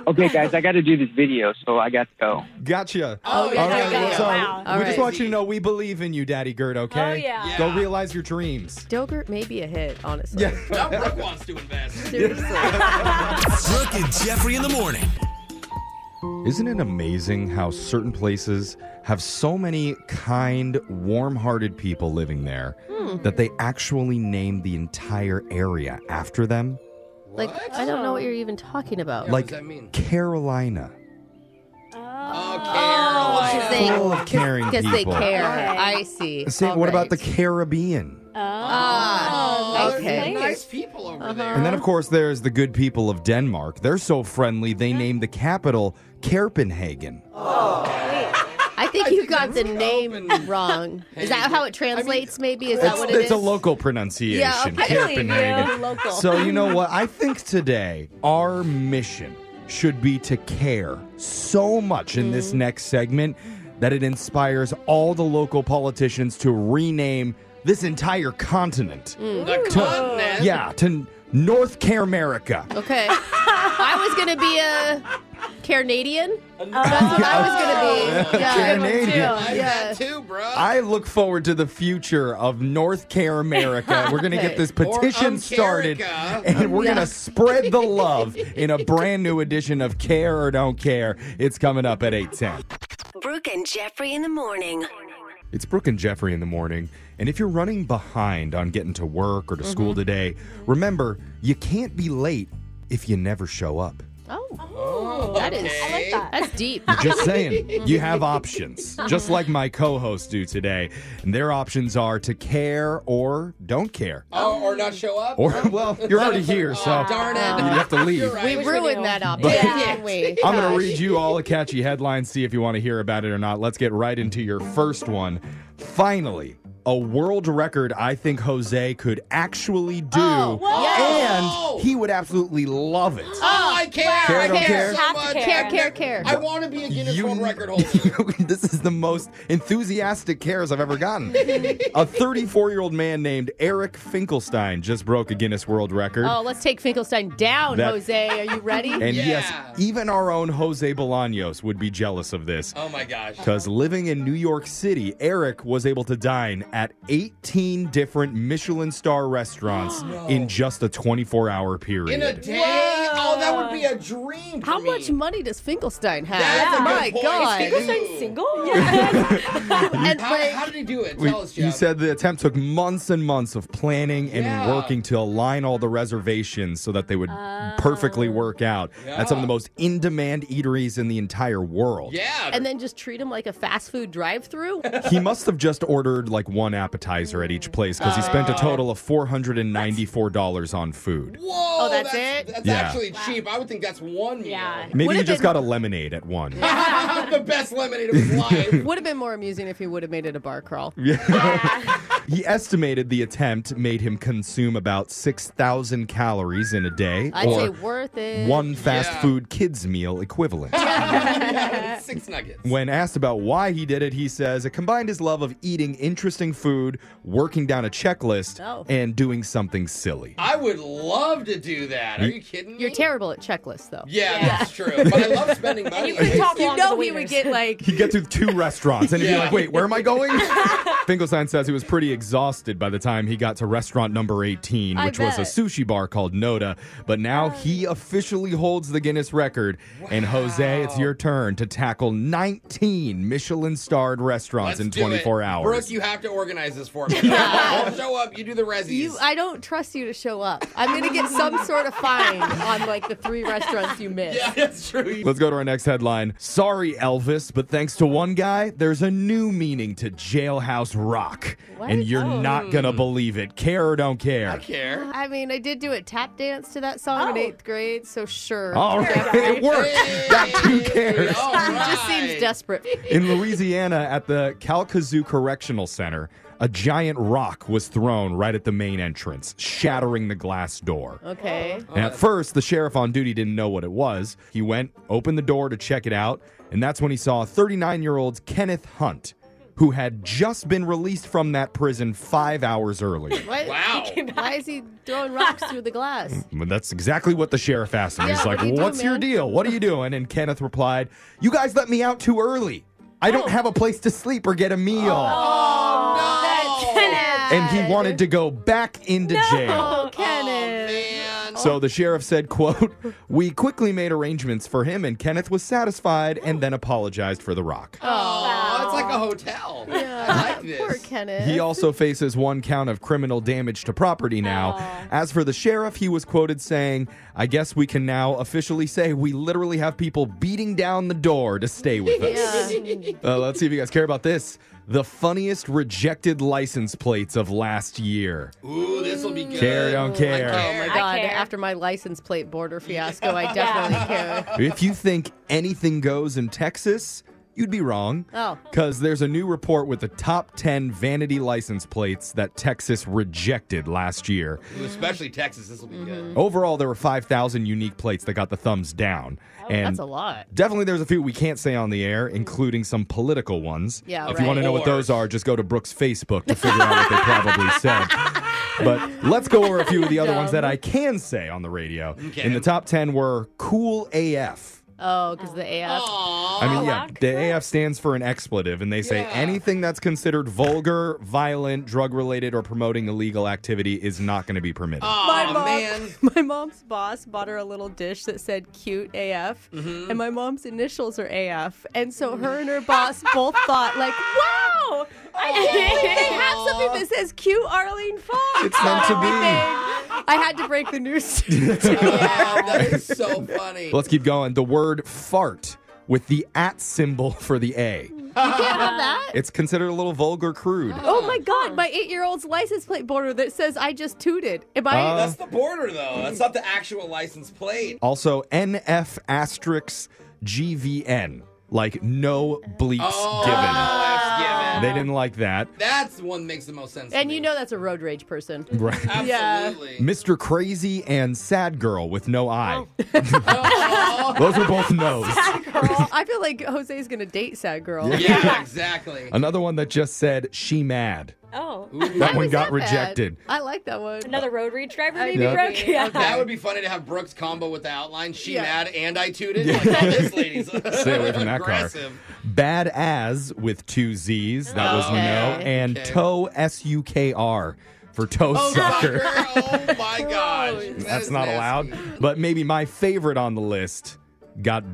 Speaker 16: Okay, guys, I got to do this video, so I got to go.
Speaker 3: Gotcha.
Speaker 16: Oh, yeah,
Speaker 3: All
Speaker 16: yeah,
Speaker 3: right,
Speaker 16: yeah.
Speaker 3: so
Speaker 16: Wow.
Speaker 3: we
Speaker 16: All
Speaker 3: just
Speaker 16: right.
Speaker 3: want you to know we believe in you, Daddy Gert. Okay.
Speaker 2: Oh, yeah.
Speaker 3: Go realize your dreams.
Speaker 2: Dogert may be a hit, honestly.
Speaker 3: Yeah.
Speaker 1: Now Brooke wants to invest.
Speaker 12: Brooke and Jeffrey in the morning.
Speaker 3: Isn't it amazing how certain places have so many kind, warm hearted people living there
Speaker 2: Hmm.
Speaker 3: that they actually name the entire area after them?
Speaker 2: Like, I don't know Oh. what you're even talking about.
Speaker 3: like Carolina.
Speaker 1: Oh,
Speaker 2: Because they,
Speaker 3: Full of caring
Speaker 2: because they
Speaker 3: people.
Speaker 2: care. I see.
Speaker 3: Say,
Speaker 2: All
Speaker 3: what
Speaker 2: right.
Speaker 3: about the Caribbean?
Speaker 2: Ah,
Speaker 1: Oh,
Speaker 2: okay. Uh-huh.
Speaker 1: there's nice people over there.
Speaker 3: And then, of course, there's the good people of Denmark. They're so friendly, they named the capital Copenhagen.
Speaker 2: I think you got the name wrong. Is that how it translates? maybe is that
Speaker 3: it's,
Speaker 2: what it is?
Speaker 3: it's a local pronunciation.
Speaker 2: Yeah, okay. I believe you.
Speaker 3: Copenhagen.
Speaker 2: Local.
Speaker 3: So you know what? I think today our mission should be to care so much in
Speaker 2: Mm-hmm.
Speaker 3: this next segment that it inspires all the local politicians to rename this entire continent.
Speaker 2: Mm.
Speaker 3: To- Yeah, to North Care America.
Speaker 2: Okay. I was gonna be a Canadian. That's what I
Speaker 1: Oh.
Speaker 2: was gonna be. Yeah.
Speaker 3: Canadian.
Speaker 2: Yeah.
Speaker 1: too, bro.
Speaker 3: I look forward to the future of North Care America. We're going to get this
Speaker 1: Or
Speaker 3: petition started
Speaker 1: Uncarica.
Speaker 3: and we're
Speaker 1: Yeah.
Speaker 3: going to spread the love in a brand new edition of Care or Don't Care. It's coming up at 8:10.
Speaker 9: Brooke and Jeffrey in the morning.
Speaker 3: It's Brooke and Jeffrey in the morning. And if you're running behind on getting to work or to school today, remember, you can't be late if you never show up.
Speaker 2: Oh, that is. I like that. That's deep.
Speaker 3: Just saying, you have options, just like my co hosts do today. And their options are to care or don't care.
Speaker 1: Oh, or not show up? Oh,
Speaker 3: Or, well, you're already here, so
Speaker 1: darn it.
Speaker 3: you have to leave.
Speaker 1: You're right.
Speaker 2: We ruined that option,
Speaker 3: But-
Speaker 2: didn't we?
Speaker 3: I'm going
Speaker 2: Gosh.
Speaker 3: to read you all a catchy headline, see if you want to hear about it or not. Let's get right into your first one. Finally, a world record I think Jose could actually do.
Speaker 1: yes.
Speaker 3: And he would absolutely love it.
Speaker 1: Oh, I care.
Speaker 3: Care,
Speaker 1: I
Speaker 3: don't
Speaker 1: care,
Speaker 3: care?
Speaker 1: so
Speaker 2: Have to
Speaker 1: much.
Speaker 2: care, care, care.
Speaker 1: I want to be a Guinness
Speaker 3: You-
Speaker 1: World Record holder.
Speaker 3: this is the most enthusiastic cares I've ever gotten. a 34 year old man named Eric Finkelstein just broke a Guinness World Record.
Speaker 2: Oh, let's take Finkelstein down,
Speaker 3: That-
Speaker 2: Jose. Are you ready?
Speaker 3: And yes, even our own Jose Bolaños would be jealous of this.
Speaker 1: Oh my gosh.
Speaker 3: Because living in New York City, Eric was able to dine at 18 different Michelin star restaurants in just a 24 hour period.
Speaker 1: In a day? Oh, that would be a dream.
Speaker 2: How much money does Finkelstein have?
Speaker 1: That's a
Speaker 2: My
Speaker 1: good point.
Speaker 2: God.
Speaker 1: Is Finkelstein
Speaker 2: single? Yeah. and
Speaker 1: how,
Speaker 2: like,
Speaker 1: how did he do it?
Speaker 3: We-
Speaker 1: Tell us,
Speaker 3: you
Speaker 1: Jeff.
Speaker 3: said the attempt took months and months of planning and
Speaker 1: Yeah.
Speaker 3: working to align all the reservations so that they would perfectly work out at some of the most in-demand eateries in the entire world.
Speaker 1: Yeah.
Speaker 2: And then just treat him like a fast food drive-through.
Speaker 3: He must have just ordered like one appetizer at each place because he spent a total of four hundred and ninety-four dollars on food.
Speaker 1: Whoa. Oh, that's, it? That's
Speaker 3: Yeah.
Speaker 1: actually cheap. I would think that's one meal. Yeah.
Speaker 3: Maybe he just got a lemonade at one.
Speaker 1: the best lemonade of his life.
Speaker 2: Would have been more amusing if he would have made it a bar crawl.
Speaker 3: He estimated the attempt made him consume about six thousand calories in a day,
Speaker 2: I'd
Speaker 3: Mm-hmm. or
Speaker 2: say worth it.
Speaker 3: one fast
Speaker 1: Yeah.
Speaker 3: food kids meal equivalent.
Speaker 1: Six nuggets.
Speaker 3: When asked about why he did it, he says it combined his love of eating interesting food, working down a checklist,
Speaker 2: Oh.
Speaker 3: and doing something silly.
Speaker 1: I would love to do that. Are you kidding me?
Speaker 2: You're terrible at checklists, though.
Speaker 1: Yeah, that's true. But I love spending money.
Speaker 2: You could talk You
Speaker 4: along to
Speaker 2: know
Speaker 4: the
Speaker 2: he would
Speaker 4: wieners.
Speaker 2: get like.
Speaker 3: He'd get to two restaurants and he'd
Speaker 1: Yeah.
Speaker 3: be like, wait, where am I going? Finkelstein says he was pretty exhausted by the time he got to restaurant number 18,
Speaker 2: I
Speaker 3: which was a
Speaker 2: bet. Oh.
Speaker 3: sushi bar called Noda. But now he officially holds the Guinness record. And Jose, it's your turn to tackle 19 Michelin starred restaurants
Speaker 1: Let's
Speaker 3: in
Speaker 1: do it.
Speaker 3: 24 hours.
Speaker 1: Brooke, you have to organize this for me. I'll show up. You do the resis.
Speaker 2: You, I don't trust you to show up. I'm gonna get some sort of fine on like the three restaurants you missed.
Speaker 1: yeah, that's true.
Speaker 3: Let's go to our next headline. Sorry, Elvis, but thanks to one guy, there's a new meaning to jailhouse rock. And you're
Speaker 2: Oh.
Speaker 3: not going to believe it. Care or don't care.
Speaker 1: I care.
Speaker 2: I mean, I did do a tap dance to that song
Speaker 1: Oh.
Speaker 2: in eighth grade, so sure.
Speaker 3: All right, it worked. That two cares.
Speaker 1: All
Speaker 2: He just seems
Speaker 1: right.
Speaker 2: desperate.
Speaker 3: In Louisiana, at the Calcazoo Correctional Center, a giant rock was thrown right at the main entrance, shattering the glass door.
Speaker 2: Okay.
Speaker 3: And at first, the sheriff on duty didn't know what it was. He went, opened the door to check it out, and that's when he saw 39 year old Kenneth Hunt, who had just been released from that prison five hours earlier.
Speaker 2: Why,
Speaker 1: Wow.
Speaker 2: Why is he throwing rocks through the glass?
Speaker 3: But that's exactly what the sheriff asked him. He's
Speaker 2: Yeah,
Speaker 3: like,
Speaker 2: what do you do,
Speaker 3: What's your
Speaker 2: man?"
Speaker 3: deal? What are you doing? And Kenneth replied, You guys let me out too early. I
Speaker 2: Oh.
Speaker 3: don't have a place to sleep or get a meal.
Speaker 1: Oh,
Speaker 3: And he wanted to go back into jail.
Speaker 2: Oh, Kenneth.
Speaker 1: man.
Speaker 3: So the sheriff said, quote, We quickly made arrangements for him and Kenneth was satisfied and then apologized for the rock.
Speaker 1: Oh, it's like a hotel. I like this.
Speaker 2: Poor Kenneth.
Speaker 3: He also faces one count of criminal damage to property now. As for the sheriff, he was quoted saying, I guess we can now officially say we literally have people beating down the door to stay with us. Uh, let's see if you guys care about this. The funniest rejected license plates of last year.
Speaker 1: Ooh, this will be good.
Speaker 3: Care, don't care.
Speaker 2: Oh my god! After my license plate border fiasco, I definitely care.
Speaker 3: If you think anything goes in Texas, You'd be wrong.
Speaker 2: Oh.
Speaker 3: Because there's a new report with the top 10 vanity license plates that Texas rejected last year.
Speaker 1: Ooh, especially Texas, this will be
Speaker 15: Mm-hmm.
Speaker 1: good.
Speaker 3: Overall, there were 5,000 unique plates that got the thumbs down. and
Speaker 2: Oh, that's a lot.
Speaker 3: Definitely, there's a few we can't say on the air, including some political ones.
Speaker 2: Yeah,
Speaker 3: If
Speaker 2: right.
Speaker 3: you want to know what those are, just go to Brooke's Facebook to figure out what they probably said. But let's go over a few of the other ones that I can say on the radio.
Speaker 1: Okay.
Speaker 3: In the top 10 were Cool AF.
Speaker 2: Oh, because the Oh, AF.
Speaker 3: I mean, yeah, the AF stands for an expletive, and they say anything that's considered vulgar, violent, drug related, or promoting illegal activity is not going to be permitted.
Speaker 15: my mom, my mom's boss bought her a little dish that said "cute AF,"
Speaker 1: Mm-hmm.
Speaker 15: and my mom's initials are AF, and so her and her boss both thought like, "Wow, I can't believe they have something that says cute Arlene Fox."
Speaker 3: It's meant to
Speaker 15: on
Speaker 3: be.
Speaker 15: everything." I had to break the news.
Speaker 1: that is so funny.
Speaker 3: Let's keep going. The word fart with the at symbol for the A.
Speaker 15: You can't have that.
Speaker 3: It's considered a little vulgar crude.
Speaker 15: Oh my God! My eight-year-old's license plate border that says "I just tooted." Am I?
Speaker 3: Uh,
Speaker 1: That's the border, though. Oh, That's not the actual license plate.
Speaker 3: Also, NF asterisk GVN, like no bleeps
Speaker 1: Oh,
Speaker 15: Ah.
Speaker 3: given. They didn't like that.
Speaker 1: That's the one that makes the most sense.
Speaker 2: And you know that's a road rage person.
Speaker 3: Right.
Speaker 2: Yeah.
Speaker 3: Mr. Crazy and Sad Girl with no eye.
Speaker 1: Oh.
Speaker 3: Those are both no's.
Speaker 15: Sad girl. I feel like Jose's gonna date sad girl.
Speaker 1: Yeah, exactly.
Speaker 3: Another one that just said she mad.
Speaker 4: Oh.
Speaker 3: That one got rejected.
Speaker 15: I like that one.
Speaker 4: Another road reach driver, maybe,
Speaker 3: yeah.
Speaker 4: Brooke? Yeah.
Speaker 1: That would be funny to have Brooks combo with the outline. She
Speaker 4: Yeah.
Speaker 1: mad and I tooted. Like, oh, this lady's
Speaker 3: Stay away from that car.
Speaker 1: aggressive.
Speaker 3: Bad as with two Z's. That was no.
Speaker 1: Okay.
Speaker 3: And
Speaker 1: Okay.
Speaker 3: toe S U K R for toe sucker.
Speaker 1: Oh my gosh. That
Speaker 3: That's
Speaker 1: is
Speaker 3: not
Speaker 1: nasty.
Speaker 3: allowed. But maybe my favorite on the list got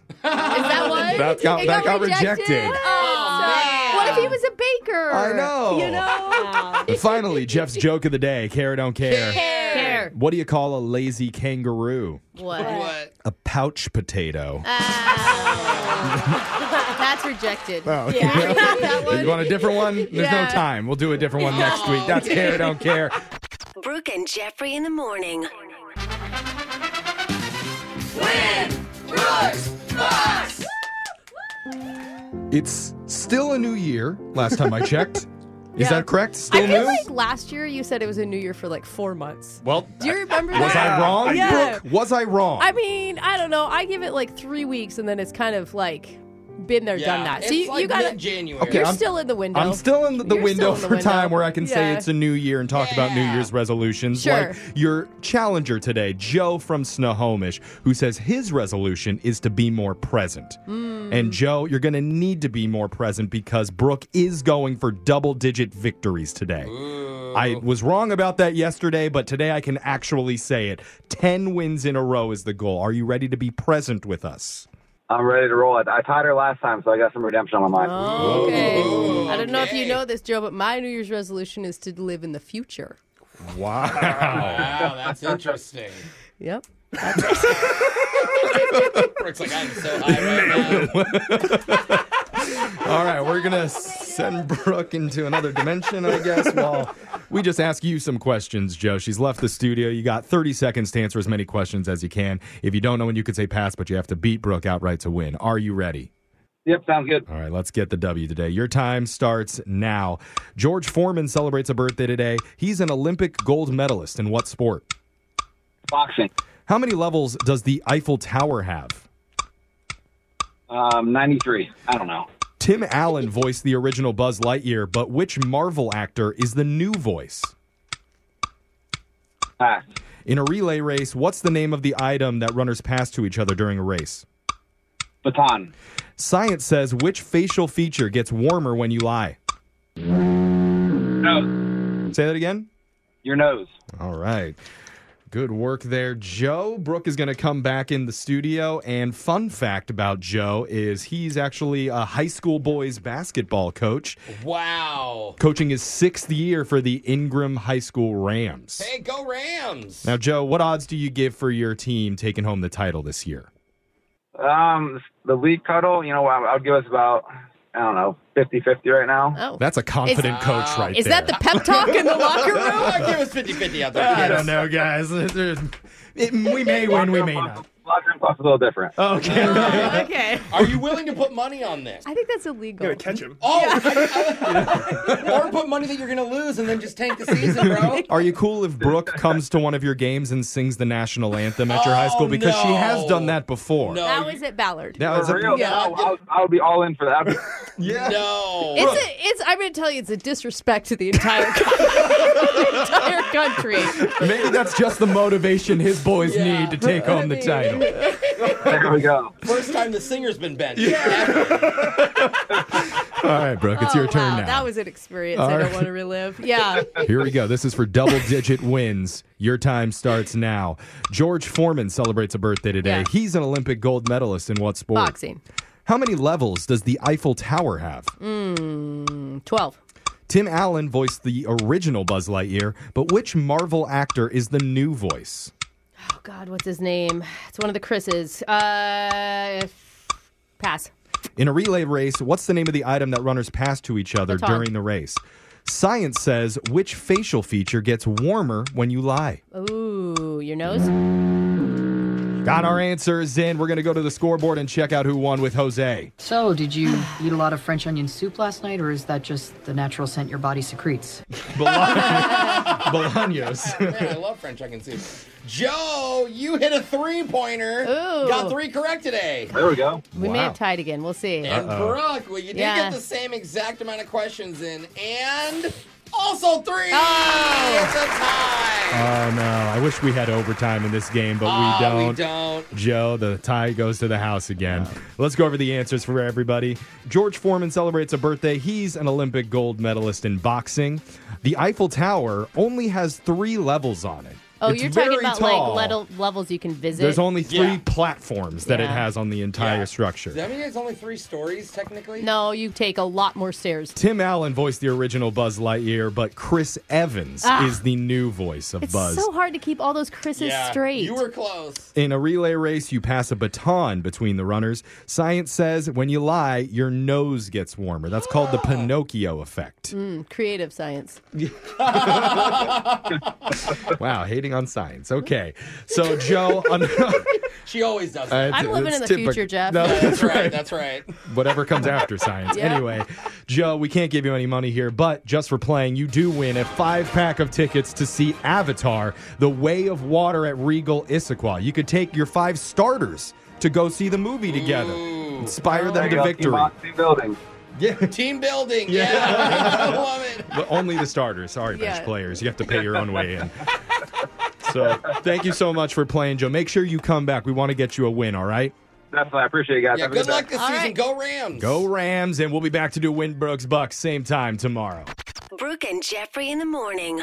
Speaker 15: Is that one?
Speaker 3: That got-
Speaker 15: It
Speaker 3: that got rejected.
Speaker 15: Oh, man. What if he was a baker?
Speaker 3: I know.
Speaker 15: You know?
Speaker 3: And finally, Jeff's joke of the day care, don't care.
Speaker 15: Care. Care.
Speaker 3: What do you call a lazy kangaroo?
Speaker 2: What?
Speaker 1: What?
Speaker 3: A pouch potato.
Speaker 2: That's rejected.
Speaker 3: Oh,
Speaker 2: Oh.
Speaker 3: okay.
Speaker 2: Yeah. that one.
Speaker 3: You want a different one? There's
Speaker 9: Yeah.
Speaker 3: no time. We'll do a different one next week. That's care, don't care.
Speaker 9: Brooke and Jeffrey in the morning.
Speaker 3: It's still a new year. Last time I checked, is that correct? Still
Speaker 15: I feel
Speaker 3: new.
Speaker 15: like last year you said it was a new year for like four months.
Speaker 3: well,
Speaker 15: Do you remember
Speaker 3: was
Speaker 15: that?
Speaker 3: I wrong?
Speaker 15: Yeah.
Speaker 3: Brooke? Was I wrong?
Speaker 15: I mean, I don't know. I give it like three weeks and then it's kind of like been there, done that. So
Speaker 1: It's
Speaker 15: you,
Speaker 1: like
Speaker 15: you got
Speaker 1: mid-January.
Speaker 15: You're
Speaker 3: I'm-
Speaker 15: still in the window.
Speaker 3: I'm still in the, the
Speaker 15: You're
Speaker 3: window
Speaker 15: still in the
Speaker 3: for time
Speaker 15: window.
Speaker 3: where I can say
Speaker 15: Yeah.
Speaker 3: it's a new year and talk about New Year's resolutions.
Speaker 15: Sure.
Speaker 3: Like your challenger today, Joe from Snohomish, who says his resolution is to be more present.
Speaker 15: Hmm.
Speaker 3: And Joe, you're going to need to be more present because Brooke is going for double digit victories today. I was wrong about that yesterday, but today I can actually say it. 10 wins in a row is the goal. Are you ready to be present with us?
Speaker 17: I'm ready to roll. I, I tied her last time, so I got some redemption on my mind.
Speaker 15: Oh, Okay. I don't know if you know this, Joe, but my New Year's resolution is to live in the future.
Speaker 3: Wow.
Speaker 1: Wow, that's interesting.
Speaker 15: Yep.
Speaker 1: Brooks like, I'm so high right now.
Speaker 3: All right, we're gonna send Brooke into another dimension, I guess. Well, we just ask you some questions, Joe. She's left the studio. You got 30 seconds to answer as many questions as you can. If you don't know when you could say pass, but you have to beat Brooke outright to win. Are you ready?
Speaker 17: Yep, sounds good.
Speaker 3: All right, let's get the W today. Your time starts now. George Foreman celebrates a birthday today. He's an Olympic gold medalist in what sport?
Speaker 17: Boxing.
Speaker 3: How many levels does the Eiffel Tower have?
Speaker 17: Um, 93. I don't know.
Speaker 3: Tim Allen voiced the original Buzz Lightyear, but which Marvel actor is the new voice?
Speaker 17: Pass.
Speaker 3: In a relay race, what's the name of the item that runners pass to each other during a race?
Speaker 17: Baton.
Speaker 3: Science says which facial feature gets warmer when you lie?
Speaker 17: Nose.
Speaker 3: Say that again.
Speaker 17: Your nose.
Speaker 3: All right. Good work there, Joe. Brooke is going to come back in the studio. And fun fact about Joe is he's actually a high school boys basketball coach,
Speaker 1: Wow.
Speaker 3: coaching his sixth year for the Ingram High School Rams.
Speaker 1: Hey, go Rams.
Speaker 3: Now, Joe, what odds do you give for your team taking home the title this year?
Speaker 17: Um, the league cuddle, you know, I, I would give us about, I don't know, 50 50 right now.
Speaker 2: Oh.
Speaker 3: That's a confident coach right
Speaker 2: Is
Speaker 3: there.
Speaker 2: that the pep talk in the locker room?
Speaker 1: Give us 50 50 out there.
Speaker 3: I
Speaker 1: kids.
Speaker 3: don't know, guys. There's- it- we may win, we may not.
Speaker 17: Blackstone Club's a little different.
Speaker 3: Okay.
Speaker 15: okay.
Speaker 1: Are you willing to put money on this?
Speaker 15: I think that's illegal.
Speaker 7: You're gonna catch him.
Speaker 1: Oh, or put money that you're gonna lose and then just tank the season, bro.
Speaker 3: Are you cool if Brooke comes to one of your games and sings the national anthem at your high school? Because she has done that before.
Speaker 15: that was at Ballard.
Speaker 3: That was
Speaker 17: Oh, For
Speaker 3: a-
Speaker 17: real,
Speaker 15: Yeah.
Speaker 17: I'll, I'll, I'll be all in for that.
Speaker 1: yeah. No.
Speaker 15: It's a, it's. I'm gonna tell you, it's a disrespect to the entire country. the entire country.
Speaker 3: Maybe that's just the motivation his boys need to take home the title.
Speaker 17: There we go.
Speaker 1: First time the singer's been benched.
Speaker 3: All right, Brooke, it's your
Speaker 15: Oh,
Speaker 3: turn
Speaker 15: wow,
Speaker 3: now.
Speaker 15: That was an experience
Speaker 3: All
Speaker 15: I don't
Speaker 3: right.
Speaker 15: want to relive. Yeah.
Speaker 3: Here we go. This is for double digit wins. Your time starts now. George Foreman celebrates a birthday today.
Speaker 15: Yeah.
Speaker 3: He's an Olympic gold medalist in what sport?
Speaker 15: Boxing.
Speaker 3: How many levels does the Eiffel Tower have?
Speaker 2: Hmm,
Speaker 15: Mm, 12.
Speaker 3: Tim Allen voiced the original Buzz Lightyear, but which Marvel actor is the new voice?
Speaker 2: Oh God, what's his name? It's one of the Chris's. Uh, pass.
Speaker 3: In a relay race, what's the name of the item that runners pass to each other
Speaker 2: Baton.
Speaker 3: during the race? Science says which facial feature gets warmer when you lie?
Speaker 2: Ooh, your nose.
Speaker 3: Got our answers in. We're going to go to the scoreboard and check out who won with Jose.
Speaker 18: So, did you eat a lot of French onion soup last night, or is that just the natural scent your body secretes?
Speaker 3: Bolaños.
Speaker 1: Man, I love French I can see. Joe, you hit a three pointer.
Speaker 2: Ooh.
Speaker 1: Got three correct today.
Speaker 17: There we go.
Speaker 2: We may
Speaker 1: Wow.
Speaker 2: have tied again. We'll see.
Speaker 1: And Brooke, well, you did
Speaker 2: Yeah.
Speaker 1: get the same exact amount of questions in, and also three. It's a tie.
Speaker 3: Oh no! I wish we had overtime in this game, but
Speaker 1: Ah,
Speaker 3: we don't.
Speaker 1: we don't.
Speaker 3: Joe, the tie goes to the house again. Let's go over the answers for everybody. George Foreman celebrates a birthday. He's an Olympic gold medalist in boxing. The Eiffel Tower only has three levels on it.
Speaker 2: Oh,
Speaker 3: It's
Speaker 2: you're talking
Speaker 3: very
Speaker 2: about
Speaker 3: tall.
Speaker 2: like level, levels you can visit.
Speaker 3: There's only three platforms that it
Speaker 2: Yeah.
Speaker 3: has on the entire structure.
Speaker 1: Does that mean it's only three stories technically?
Speaker 2: No, you take a lot more stairs.
Speaker 3: Tim Allen voiced the original Buzz Lightyear, but Chris Evans
Speaker 2: Ah.
Speaker 3: is the new voice of
Speaker 2: It's
Speaker 3: Buzz.
Speaker 2: so hard to keep all those Chris's
Speaker 3: Yeah,
Speaker 2: straight.
Speaker 3: you
Speaker 1: were close.
Speaker 3: In a relay race, you pass a baton between the runners. Science says when you lie, your nose gets warmer. That's called the Pinocchio effect.
Speaker 2: Mm, creative science.
Speaker 3: Wow, hating on science. Okay. So, Joe, un-
Speaker 1: She always does.
Speaker 3: Uh,
Speaker 1: that.
Speaker 3: it's- I'm living it's in the typical- future, Jeff. No,
Speaker 1: Yeah, that's
Speaker 3: that's
Speaker 1: right.
Speaker 3: right.
Speaker 1: That's right.
Speaker 3: whatever comes after science.
Speaker 1: Yeah.
Speaker 3: Anyway, Joe, we can't give you any money here, but just for playing, you do win a five pack of tickets to see Avatar, The Way of Water at Regal Issaquah. You could take your five starters to go see the movie together, inspire them to victory.
Speaker 17: Team building.
Speaker 3: Yeah.
Speaker 1: Team building.
Speaker 3: Yeah.
Speaker 1: Yeah. I love it.
Speaker 3: But only the starters. Sorry,
Speaker 1: Yeah.
Speaker 3: bench players. You have to pay your own way in. So, thank you so much for playing, Joe. Make sure you come back. We want to get you a win, all right?
Speaker 17: Definitely. I appreciate you guys.
Speaker 1: Yeah,
Speaker 17: Have a
Speaker 1: good
Speaker 17: day.
Speaker 1: luck this season. Go Rams.
Speaker 3: Go Rams, and we'll be back to do Winbrooks Bucks same time tomorrow.
Speaker 9: Brooke and Jeffrey in the morning.